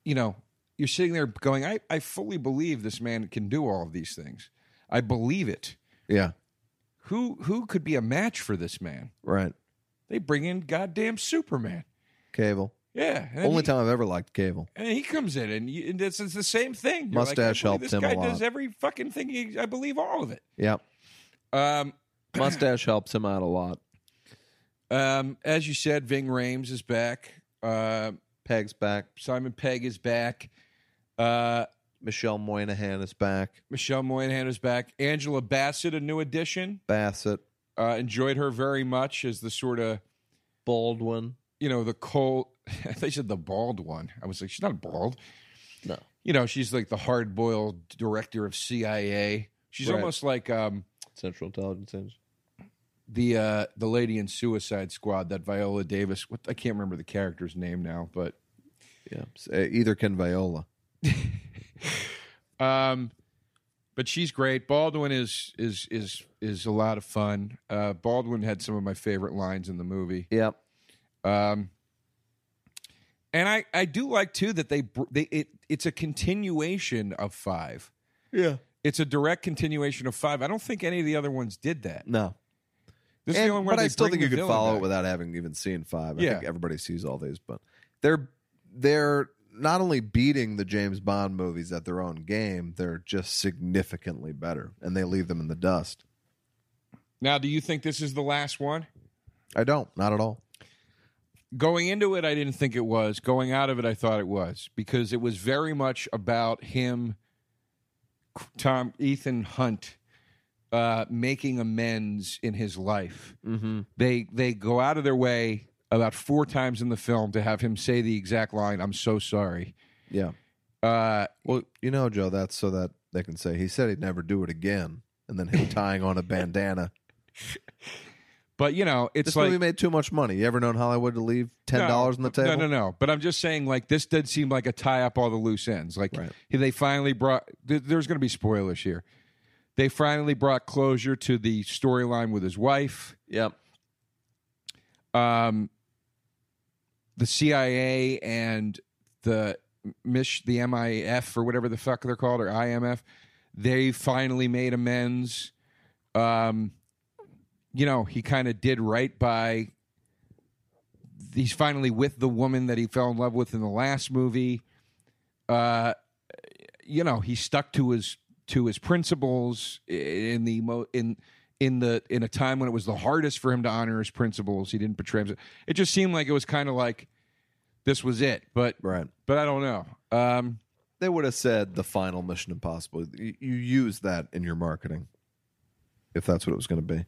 Speaker 1: you know, you're sitting there going, I I fully believe this man can do all of these things. I believe it
Speaker 2: Yeah.
Speaker 1: who who could be a match for this man?
Speaker 2: Right.
Speaker 1: They bring in goddamn Superman.
Speaker 2: Cable.
Speaker 1: Yeah. and
Speaker 2: Only
Speaker 1: he-
Speaker 2: time I've ever liked cable.
Speaker 1: And he comes in, and, you, and it's, it's the same thing. You're like, I
Speaker 2: Mustache
Speaker 1: believe
Speaker 2: helped
Speaker 1: this
Speaker 2: him a
Speaker 1: guy does
Speaker 2: lot.
Speaker 1: every fucking thing. He, I believe all of it.
Speaker 2: Yeah,
Speaker 1: Um,
Speaker 2: mustache helps him out a lot.
Speaker 1: um, as you said, Ving Rhames is back. Uh,
Speaker 2: Peg's back.
Speaker 1: Simon Pegg is back. Uh,
Speaker 2: Michelle Moynihan is back.
Speaker 1: Michelle Moynihan is back. Angela Bassett, a new addition.
Speaker 2: Bassett,
Speaker 1: Uh, enjoyed her very much as the sort of
Speaker 2: Baldwin.
Speaker 1: you know the cold. they said the bald one. I was like, she's not bald.
Speaker 2: No.
Speaker 1: You know, she's like the hard boiled director of CIA. She's
Speaker 2: Right.
Speaker 1: almost like um,
Speaker 2: Central Intelligence Agency.
Speaker 1: the uh, the lady in Suicide Squad, that Viola Davis. What I can't remember the character's name now, but
Speaker 2: Yeah, s- uh, either can Viola.
Speaker 1: Um, but she's great. Baldwin is is is is a lot of fun. Uh, Baldwin had some of my favorite lines in the movie.
Speaker 2: Yeah,
Speaker 1: Um, and I I do like too that they br- they it it's a continuation of five.
Speaker 2: yeah.
Speaker 1: It's a direct continuation of five. I don't think any of the other ones did that.
Speaker 2: No,
Speaker 1: This is
Speaker 2: And-
Speaker 1: the only one.
Speaker 2: but
Speaker 1: they
Speaker 2: I still
Speaker 1: bring
Speaker 2: think you
Speaker 1: the
Speaker 2: could
Speaker 1: villain
Speaker 2: follow it
Speaker 1: back.
Speaker 2: without having even seen five. I
Speaker 1: Yeah.
Speaker 2: think everybody sees all these, but they're they're not only beating the James Bond movies at their own game, they're just significantly better, and they leave them in the dust.
Speaker 1: Now, do you think this is the last one?
Speaker 2: I don't, not at all.
Speaker 1: going into it i didn't think it was going out of it i thought it was because it was very much about him tom ethan hunt uh, making amends in his life
Speaker 2: Mm-hmm.
Speaker 1: they they go out of their way about four times in the film to have him say the exact line i'm so sorry
Speaker 2: Yeah.
Speaker 1: uh,
Speaker 2: Well, you know, Joe, that's so that they can say he said he'd never do it again, and then him tying on a bandana.
Speaker 1: but you know it's
Speaker 2: this
Speaker 1: like
Speaker 2: movie made too much money. You ever known Hollywood to leave ten dollars
Speaker 1: no,
Speaker 2: on the table?
Speaker 1: No, no, no. But I'm just saying, like this did seem like a tie up all the loose ends. Like
Speaker 2: Right.
Speaker 1: they finally brought. Th- there's going to be spoilers here. They finally brought closure to the storyline with his wife.
Speaker 2: Yep.
Speaker 1: Um, the CIA and the Mish, the MIF or whatever the fuck they're called or IMF, they finally made amends. Um, you know, he kind of did right by. He's finally with the woman that he fell in love with in the last movie. Uh, you know, he stuck to his to his principles in the mo- in in the in a time when it was the hardest for him to honor his principles. He didn't betray himself. It just seemed like it was kind of like this was it, but
Speaker 2: Right.
Speaker 1: but I don't know. Um,
Speaker 2: They would have said the final Mission Impossible. You, you use that in your marketing, if that's what it was going to be.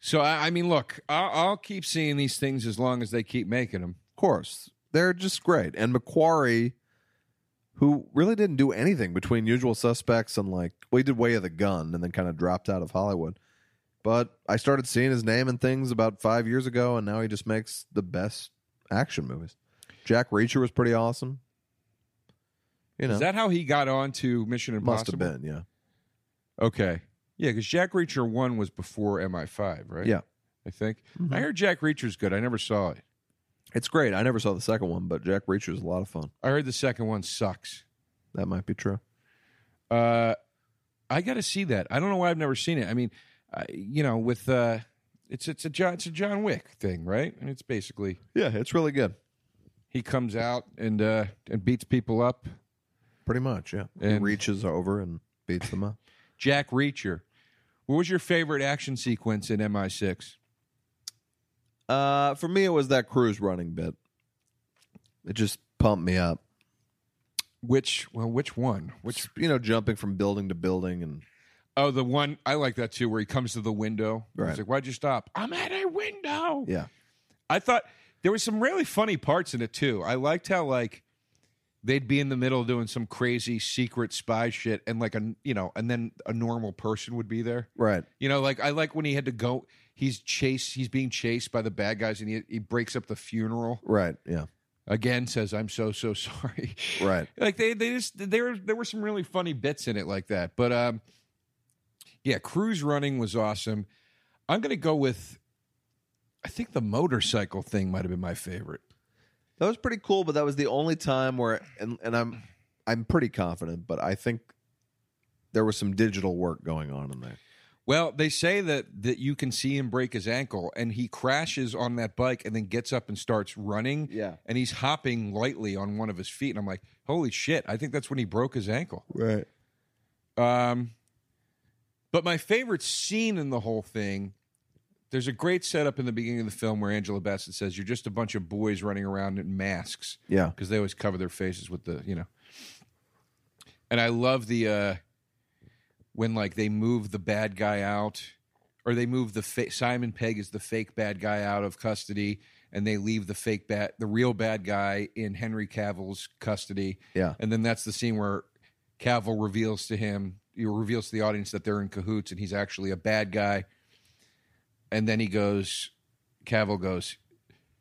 Speaker 1: so I, I mean, look, I'll, I'll keep seeing these things as long as they keep making them.
Speaker 2: Of course, they're just great. And Macquarie, who really didn't do anything between Usual Suspects and like, well, he did Way of the Gun and then kind of dropped out of Hollywood. But I started seeing his name and things about five years ago, and now he just makes the best action movies. Jack Reacher was pretty awesome. You know,
Speaker 1: Is that how he got on to Mission
Speaker 2: must
Speaker 1: Impossible?
Speaker 2: have been, yeah.
Speaker 1: Okay, yeah, because Jack Reacher one was before MI five, right?
Speaker 2: Yeah.
Speaker 1: I think
Speaker 2: Mm-hmm.
Speaker 1: I heard Jack Reacher's good. I never saw it.
Speaker 2: It's great. I never saw the second one, but Jack Reacher is a lot of fun.
Speaker 1: I heard the second one sucks.
Speaker 2: That might be true.
Speaker 1: Uh, I got to see that. I don't know why I've never seen it. I mean, I, you know, with uh, it's it's a John it's a John Wick thing, right? And it's basically
Speaker 2: Yeah, it's really good.
Speaker 1: he comes out and uh, and beats people up.
Speaker 2: Pretty much, yeah. He
Speaker 1: And-
Speaker 2: reaches over and beats them up.
Speaker 1: Jack Reacher. What was your favorite action sequence in MI6?
Speaker 2: Uh, for me, it was that cruise running bit. It just pumped me up.
Speaker 1: Which well, which one? Which
Speaker 2: Which you know, jumping from building to building, and
Speaker 1: oh, the one I like that too, where he comes to the window.
Speaker 2: Right.
Speaker 1: He's like, "Why'd you stop?" I'm at a window.
Speaker 2: yeah,
Speaker 1: I thought there were some really funny parts in it too. I liked how like they'd be in the middle doing some crazy secret spy shit and like a you know, and then a normal person would be there.
Speaker 2: right.
Speaker 1: You know, like I like when he had to go he's chased he's being chased by the bad guys and he he breaks up the funeral.
Speaker 2: Right, yeah,
Speaker 1: Again says I'm so so sorry.
Speaker 2: right.
Speaker 1: like they they just there there were some really funny bits in it like that. But um yeah, cruise running was awesome. I'm going to go with I think the motorcycle thing might have been my favorite.
Speaker 2: That was pretty cool, but that was the only time where, and, and I'm, I'm pretty confident, but I think there was some digital work going on in there.
Speaker 1: Well, they say that that you can see him break his ankle, and he crashes on that bike, and then gets up and starts running,
Speaker 2: Yeah.
Speaker 1: and he's hopping lightly on one of his feet, and I'm like, holy shit! I think that's when he broke his ankle.
Speaker 2: Right.
Speaker 1: Um, but my favorite scene in the whole thing, there's a great setup in the beginning of the film where Angela Bassett says, "You're just a bunch of boys running around in masks."
Speaker 2: Yeah.
Speaker 1: because they always cover their faces with the you know and i love the uh when like they move the bad guy out or they move the fa- simon pegg is the fake bad guy out of custody and they leave the fake bat the real bad guy in henry cavill's custody
Speaker 2: Yeah.
Speaker 1: and then that's the scene where cavill reveals to him he reveals to the audience that they're in cahoots and he's actually a bad guy and then he goes cavill goes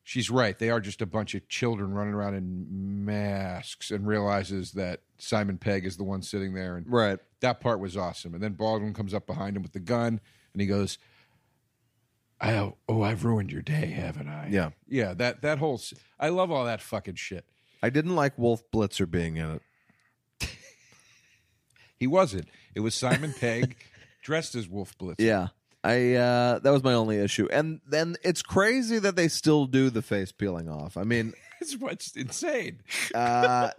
Speaker 1: she's right. They are just a bunch of children running around in masks and realizes that Simon Pegg is the one sitting there. And
Speaker 2: Right.
Speaker 1: that part was awesome. And then Baldwin comes up behind him with the gun and he goes, Oh, oh I've ruined your day, haven't I?
Speaker 2: Yeah.
Speaker 1: Yeah. That, that whole, s- I love all that fucking shit.
Speaker 2: I didn't like Wolf Blitzer being in it.
Speaker 1: He wasn't. It was Simon Pegg dressed as Wolf Blitzer.
Speaker 2: Yeah. I uh that was my only issue. And then it's crazy that they still do the face peeling off. I mean,
Speaker 1: It's what's insane.
Speaker 2: uh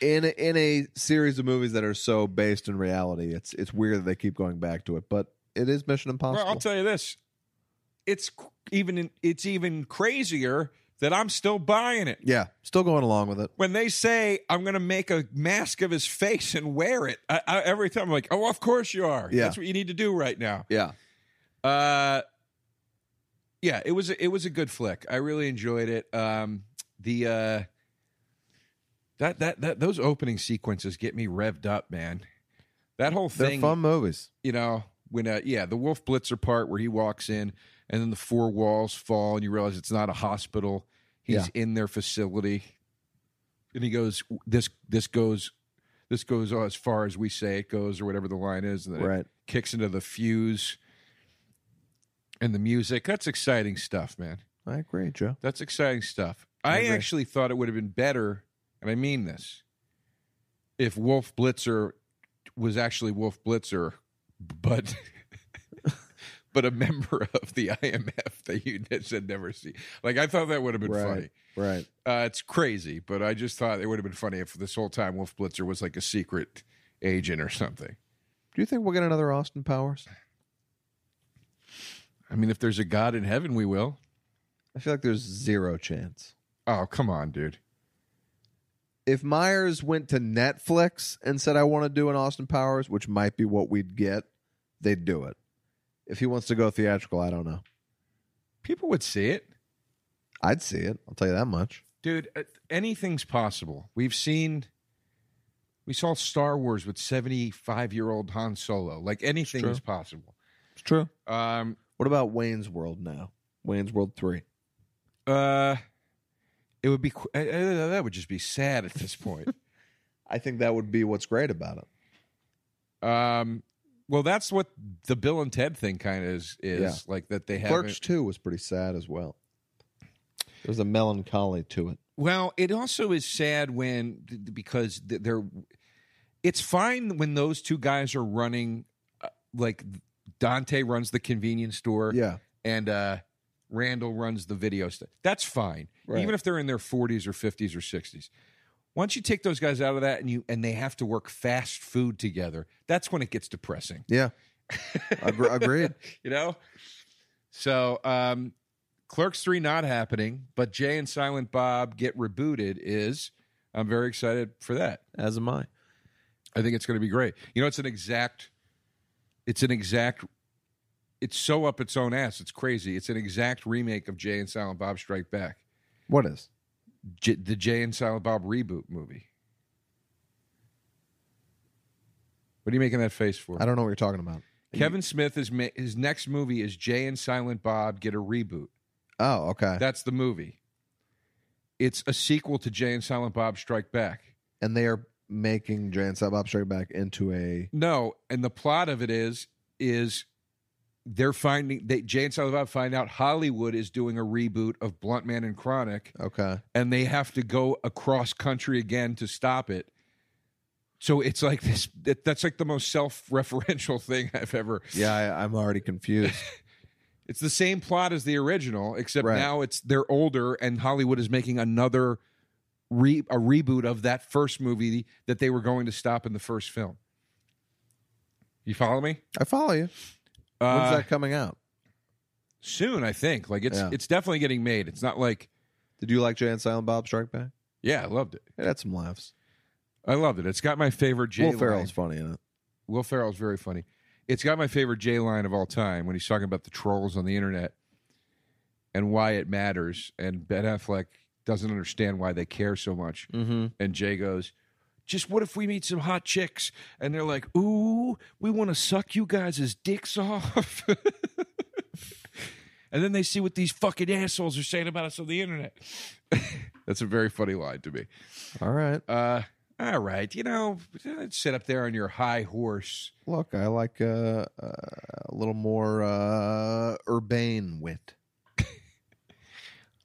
Speaker 2: in a, in a series of movies that are so based in reality, it's it's weird that they keep going back to it, but it is Mission Impossible.
Speaker 1: Well, I'll tell you this. It's c- even, it's even crazier that I'm still buying it.
Speaker 2: yeah, still going along with it.
Speaker 1: when they say I'm going to make a mask of his face and wear it, I, I, every time I'm like, "Oh, of course you are.
Speaker 2: Yeah.
Speaker 1: That's what you need to do right now."
Speaker 2: Yeah.
Speaker 1: Uh, yeah, it was a, it was a good flick. I really enjoyed it. Um, the uh, that that that those opening sequences get me revved up, man. That whole
Speaker 2: They're
Speaker 1: thing,
Speaker 2: fun movies.
Speaker 1: you know, when uh, yeah, the Wolf Blitzer part where he walks in and then the four walls fall and you realize it's not a hospital. He's in their facility, and he goes, "This this goes, this goes as far as we say it goes, or whatever the line is." And then it
Speaker 2: Right.
Speaker 1: kicks into the fuse and the music. That's exciting stuff, man.
Speaker 2: I agree, Joe.
Speaker 1: That's exciting stuff.
Speaker 2: I
Speaker 1: I
Speaker 2: agree.
Speaker 1: actually thought it would have been better, and I mean this, if Wolf Blitzer was actually Wolf Blitzer, but but a member of the IMF that you said never see. Like I thought that would have been
Speaker 2: Right.
Speaker 1: funny.
Speaker 2: Right.
Speaker 1: Uh, it's crazy, but I just thought it would have been funny if this whole time Wolf Blitzer was like a secret agent or something.
Speaker 2: Do you think we'll get another Austin Powers?
Speaker 1: I mean, if there's a God in heaven, we will.
Speaker 2: I feel like there's zero chance.
Speaker 1: Oh, come on, dude.
Speaker 2: If Myers went to Netflix and said, I want to do an Austin Powers, which might be what we'd get, they'd do it. If he wants to go theatrical, I don't know.
Speaker 1: People would see it.
Speaker 2: I'd see it. I'll tell you that much.
Speaker 1: Dude, uh, anything's possible. We've seen we saw Star Wars with 75-year-old Han Solo. Like anything
Speaker 2: True.
Speaker 1: is possible.
Speaker 2: It's true.
Speaker 1: Um
Speaker 2: What about Wayne's World now? Wayne's World 3.
Speaker 1: uh it would be qu- uh, uh, that would just be sad at this point.
Speaker 2: I think that would be what's great about it.
Speaker 1: um well that's what the Bill and Ted thing kind of is is like that they have
Speaker 2: Clerks 2 was pretty sad as well. There's a melancholy to it.
Speaker 1: Well, it also is sad when because th- they're. It's fine when those two guys are running, uh, like Dante runs the convenience store
Speaker 2: Yeah.
Speaker 1: and uh, Randall runs the video stuff. That's fine,
Speaker 2: Right.
Speaker 1: even if they're in their forties or fifties or sixties. Once you take those guys out of that and you and they have to work fast food together, that's when it gets depressing.
Speaker 2: Yeah. Agre- agreed.
Speaker 1: you know so um clerks 3 not happening but jay and silent bob get rebooted is i'm very excited for that
Speaker 2: As am I.
Speaker 1: i think it's going to be great you know it's an exact it's an exact it's so up its own ass it's crazy it's an exact remake of jay and silent bob strike back
Speaker 2: What is?
Speaker 1: J- the jay and silent bob reboot movie what are you making that face for
Speaker 2: I don't know what you're talking about.
Speaker 1: kevin smith is ma- his next movie is jay and silent bob get a reboot
Speaker 2: Oh, okay.
Speaker 1: That's the movie. It's a sequel to Jay and Silent Bob Strike Back.
Speaker 2: and they are making Jay and Silent Bob Strike Back into a
Speaker 1: No, and the plot of it is is they're finding they Jay and Silent Bob find out Hollywood is doing a reboot of Blunt Man and Chronic,
Speaker 2: okay.
Speaker 1: and they have to go across country again to stop it. So it's like this. That, that's like the most self-referential thing I've ever.
Speaker 2: Yeah, I, I'm already confused.
Speaker 1: It's the same plot as the original, except
Speaker 2: Right.
Speaker 1: now it's they're older, and Hollywood is making another re a reboot of that first movie that they were going to stop in the first film. You follow me?
Speaker 2: I follow you. When's
Speaker 1: Uh,
Speaker 2: that coming out?
Speaker 1: soon, I think. Like it's
Speaker 2: Yeah.
Speaker 1: it's definitely getting made. It's not like
Speaker 2: Did you like Jay and Silent Bob Strike Back?
Speaker 1: yeah, I loved it.
Speaker 2: It had some laughs.
Speaker 1: I loved it. It's got my favorite Jay
Speaker 2: Will
Speaker 1: line.
Speaker 2: Ferrell's funny in it.
Speaker 1: Will Ferrell's very funny. It's got my favorite J line of all time when he's talking about the trolls on the internet and why it matters. And Ben Affleck doesn't understand why they care so much.
Speaker 2: Mm-hmm.
Speaker 1: And Jay goes, just what if we meet some hot chicks? And they're like, ooh, we want to suck you guys' dicks off. and then they see what these fucking assholes are saying about us on the internet. That's a very funny line to me.
Speaker 2: All right.
Speaker 1: Uh, all right, you know, sit up there on your high horse.
Speaker 2: Look, I like uh, uh, a little more uh, urbane wit.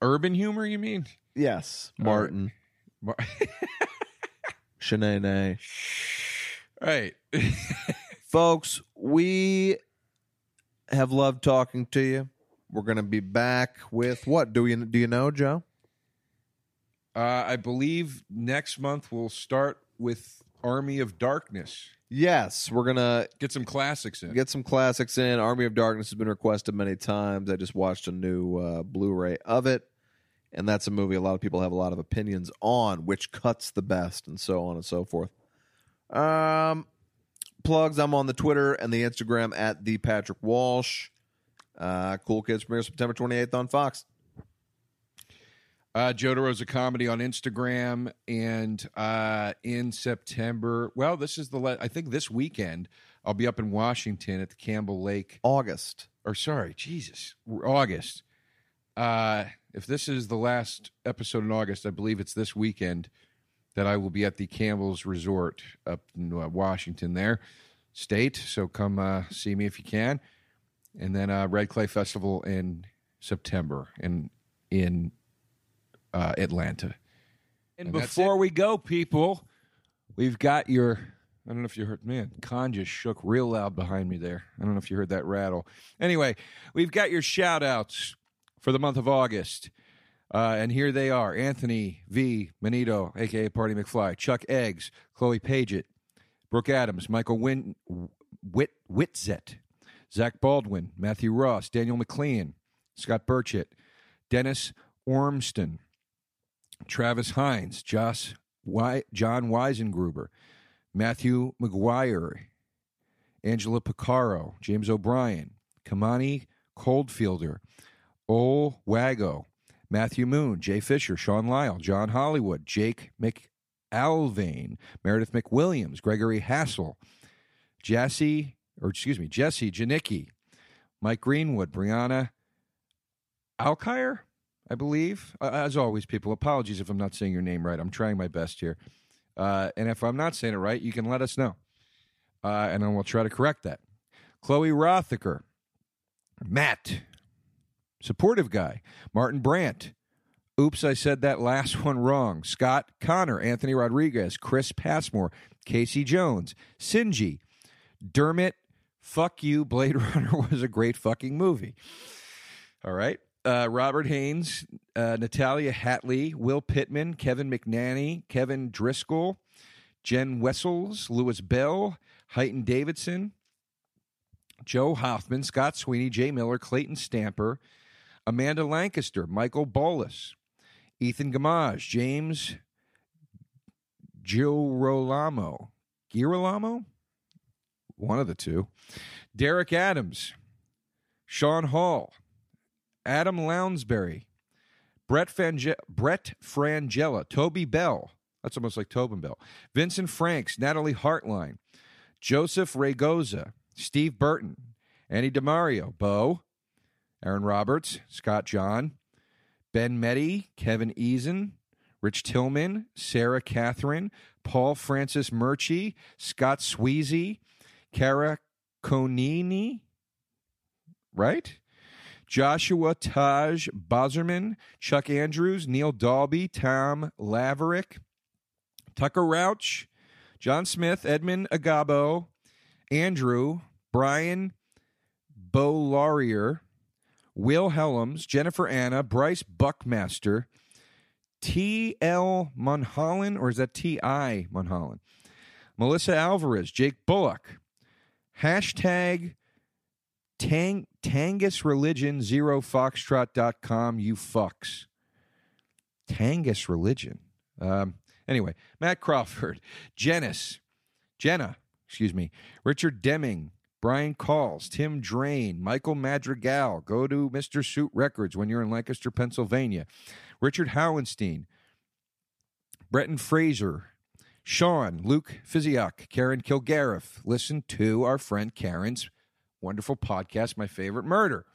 Speaker 1: Urban humor, you mean?
Speaker 2: Yes.
Speaker 1: Martin.
Speaker 2: Martin.
Speaker 1: Mar-
Speaker 2: Shanae. nay.
Speaker 1: right.
Speaker 2: Folks, we have loved talking to you. We're going to be back with what? Do we do you know, Joe?
Speaker 1: Uh, I believe next month we'll start with Army of Darkness.
Speaker 2: Yes, we're going to
Speaker 1: Get some classics in.
Speaker 2: Get some classics in. Army of Darkness has been requested many times. I just watched a new uh, Blu-ray of it, and that's a movie a lot of people have a lot of opinions on, which cuts the best, and so on and so forth. Um, plugs. I'm on the Twitter and the Instagram at the Patrick Walsh. Uh, cool Kids premiere September 28th on Fox.
Speaker 1: Uh, Joe DeRosa comedy on Instagram, and uh, in September, well, this is the le- I think this weekend I'll be up in Washington at the Campbell Lake,
Speaker 2: August.
Speaker 1: or sorry, Jesus, August. Uh, if this is the last episode in August, I believe it's this weekend that I will be at the Campbell's Resort up in uh, Washington, there, state. So come uh, see me if you can, and then uh, Red Clay Festival in September, in in uh, Atlanta. And,
Speaker 2: And that's
Speaker 1: before we go, people, we've got your. I don't know if you heard, man, Con just shook real loud behind me there. I don't know if you heard that rattle. Anyway, we've got your shout outs for the month of August. Uh, and here they are Anthony V. Manito, aka Party McFly, Chuck Eggs, Chloe Paget, Brooke Adams, Michael Win- Wit- Witzet, Zach Baldwin, Matthew Ross, Daniel McLean, Scott Burchett, Dennis Ormston, Travis Hines, Joss Wy- John Weisengruber, Matthew McGuire, Angela Picaro, James O'Brien, Kamani Coldfielder, Ole Wago, Matthew Moon, Jay Fisher, Sean Lyle, John Hollywood, Jake McAlvain, Meredith McWilliams, Gregory Hassel, Jesse, or excuse me, Jesse Janicki, Mike Greenwood, Brianna Alkire, I believe. Uh, as always, people, apologies if I'm not saying your name right. I'm trying my best here. Uh, and if I'm not saying it right, you can let us know. Uh, and then we'll try to correct that. Chloe Rothaker, Matt, supportive guy, Martin Brandt. Oops, I said that last one wrong. Scott Connor, Anthony Rodriguez, Chris Passmore, Casey Jones, Sinji, Dermot, fuck you, Blade Runner was a great fucking movie. All right. Uh, Robert Haynes, uh, Natalia Hatley, Will Pittman, Kevin McNanny, Kevin Driscoll, Jen Wessels, Lewis Bell, Heighton Davidson, Joe Hoffman, Scott Sweeney, Jay Miller, Clayton Stamper, Amanda Lancaster, Michael Bolus, Ethan Gamage, James Girolamo, Girolamo, one of the two, Derek Adams, Sean Hall, Adam Lounsbury, Brett, Fange- Brett Frangella, Toby Bell. That's almost like Tobin Bell. Vincent Franks, Natalie Hartline, Joseph Ragoza, Steve Burton, Annie DiMario, Bo, Aaron Roberts, Scott John, Ben Meddy, Kevin Eason, Rich Tillman, Sarah Catherine, Paul Francis Murchie, Scott Sweezy, Cara Conini, right? Joshua Taj Boserman, Chuck Andrews, Neil Dalby, Tom Laverick, Tucker Rouch, John Smith, Edmund Agabo, Andrew, Brian Bolaurier, Will Helms, Jennifer Anna, Bryce Buckmaster, T.L. Munholland, or is that T.I. Munholland? Melissa Alvarez, Jake Bullock, hashtag tang, Tangus Religion, zero foxtrot.com, you fucks. Tangus Religion. Um, anyway, Matt Crawford, Janice, Jenna, excuse me, Richard Deming, Brian Calls, Tim Drain, Michael Madrigal. Go to Mr. Suit Records when you're in Lancaster, Pennsylvania. Richard Howenstein, Breton Fraser, Sean, Luke Fiziak, Karen Kilgariff. Listen to our friend Karen's wonderful podcast, My Favorite Murder.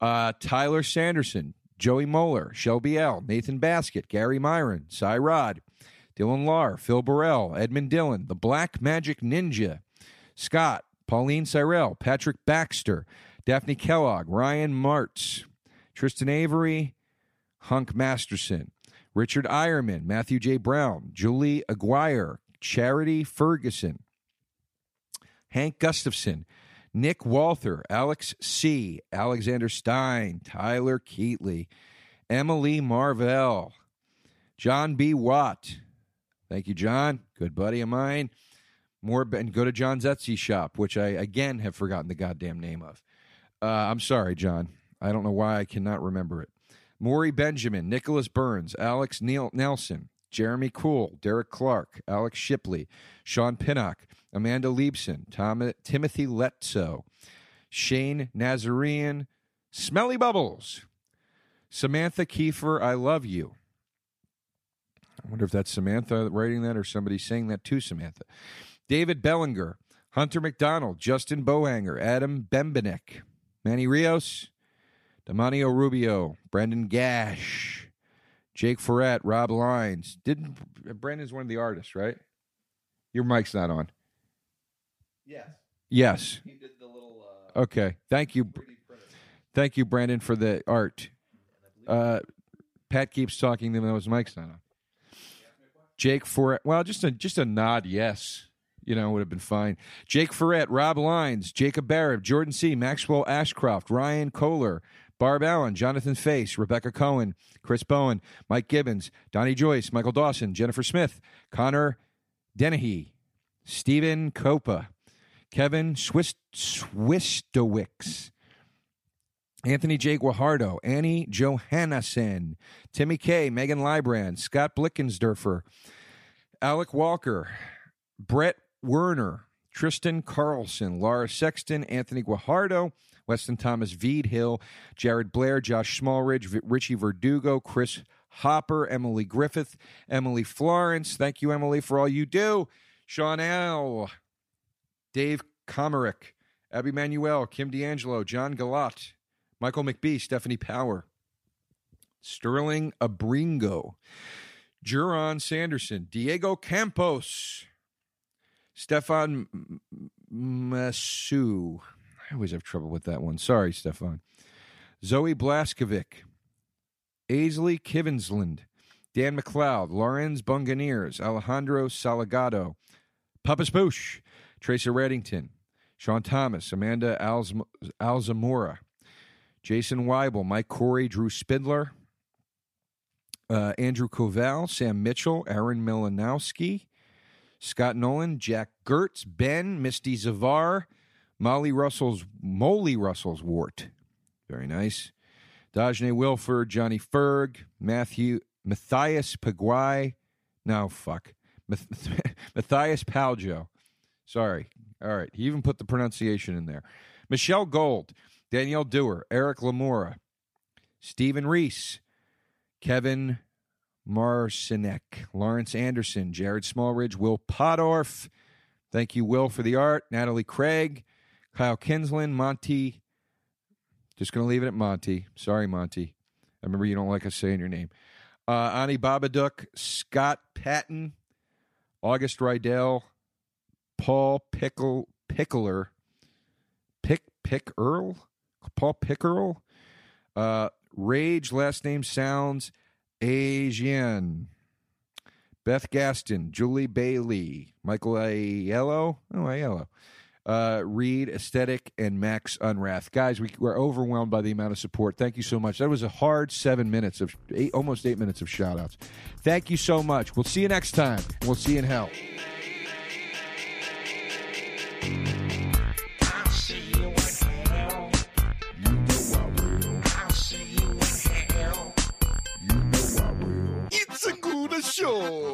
Speaker 1: Uh, Tyler Sanderson, Joey Moeller, Shelby L., Nathan Basket, Gary Myron, Cy Rod, Dylan Lar, Phil Burrell, Edmund Dillon, The Black Magic Ninja, Scott, Pauline Cyrell, Patrick Baxter, Daphne Kellogg, Ryan Martz, Tristan Avery, Hunk Masterson, Richard Ironman, Matthew J. Brown, Julie Aguirre, Charity Ferguson, Hank Gustafson, Nick Walther, Alex C., Alexander Stein, Tyler Keatley, Emily Marvell, John B. Watt. Thank you, John. Good buddy of mine. More and go to John's Etsy shop, which I again have forgotten the goddamn name of. Uh, I'm sorry, John. I don't know why I cannot remember it. Maury Benjamin, Nicholas Burns, Alex Neil Nelson, Jeremy Cool, Derek Clark, Alex Shipley, Sean Pinnock, Amanda Liebson, Tom, Timothy Letso, Shane Nazarian, Smelly Bubbles, Samantha Kiefer, I love you. I wonder if that's Samantha writing that or somebody saying that to Samantha. David Bellinger, Hunter McDonald, Justin Boanger, Adam Bembenek, Manny Rios, Damanio Rubio, Brendan Gash, Jake Ferret, Rob Lines. Didn't Brendan's one of the artists, right? Your mic's not on.
Speaker 3: Yes.
Speaker 1: Yes.
Speaker 3: He did the little uh,
Speaker 1: Okay. Thank you.
Speaker 3: 3D printer.
Speaker 1: Thank you, Brandon, for the art. Uh, Pat keeps talking to them. Those mics not on. Jake Ferret. Well, just a just a nod. Yes, you know would have been fine. Jake Ferret, Rob Lines, Jacob Barrett, Jordan C, Maxwell Ashcroft, Ryan Kohler, Barb Allen, Jonathan Face, Rebecca Cohen, Chris Bowen, Mike Gibbons, Donnie Joyce, Michael Dawson, Jennifer Smith, Connor Dennehy, Stephen Copa, Kevin Swiss Swistowicz. Anthony J. Guajardo, Annie Johannesson, Timmy K, Megan Librand, Scott Blickensderfer, Alec Walker, Brett Werner, Tristan Carlson, Laura Sexton, Anthony Guajardo, Weston Thomas, Veed Hill, Jared Blair, Josh Smallridge, V- Richie Verdugo, Chris Hopper, Emily Griffith, Emily Florence. Thank you, Emily, for all you do. Sean L, Dave Comerick, Abby Manuel, Kim D'Angelo, John Galat, Michael McBee, Stephanie Power, Sterling Abringo, Juron Sanderson, Diego Campos, Stefan M- M- Masu. I always have trouble with that one. Sorry, Stefan. Zoe Blaskovic, Aisley Kivensland, Dan McLeod, Lorenz Bunganiers, Alejandro Salgado, Papa Spoosh, Tracer Reddington, Sean Thomas, Amanda Alzam- Alzamora, Jason Weibel, Mike Corey, Drew Spindler, uh, Andrew Koval, Sam Mitchell, Aaron Milanowski, Scott Nolan, Jack Gertz, Ben, Misty Zavar, Molly Russell's Molly Russell's Wart. Very nice. Dajne Wilford, Johnny Ferg, Matthew Matthias Paguay. No, fuck. Math- Matthias Paljo. Sorry. All right. He even put the pronunciation in there. Michelle Gold, Danielle Dewar, Eric Lamora, Stephen Reese, Kevin Marcinek, Lawrence Anderson, Jared Smallridge, Will Podorf. Thank you, Will, for the art. Natalie Craig, Kyle Kinsland, Monty. Just going to leave it at Monty. Sorry, Monty. I remember you don't like us saying your name. Uh, Ani Babadook, Scott Patton, August Rydell, Paul Pickle Pickler, Pick Pick Earl, Paul Pickerel, uh, Rage last name sounds Asian. Beth Gaston, Julie Bailey, Michael Aiello, oh Aiello, uh, Reed Aesthetic, and Max Unrath. Guys, we, we're overwhelmed by the amount of support. Thank you so much. That was a hard seven minutes of eight, almost eight minutes of shout outs. Thank you so much. We'll see you next time. We'll see you in hell.
Speaker 4: I'll see you in hell. You know I will. I'll see you in hell. You know I will.
Speaker 1: It's a good show.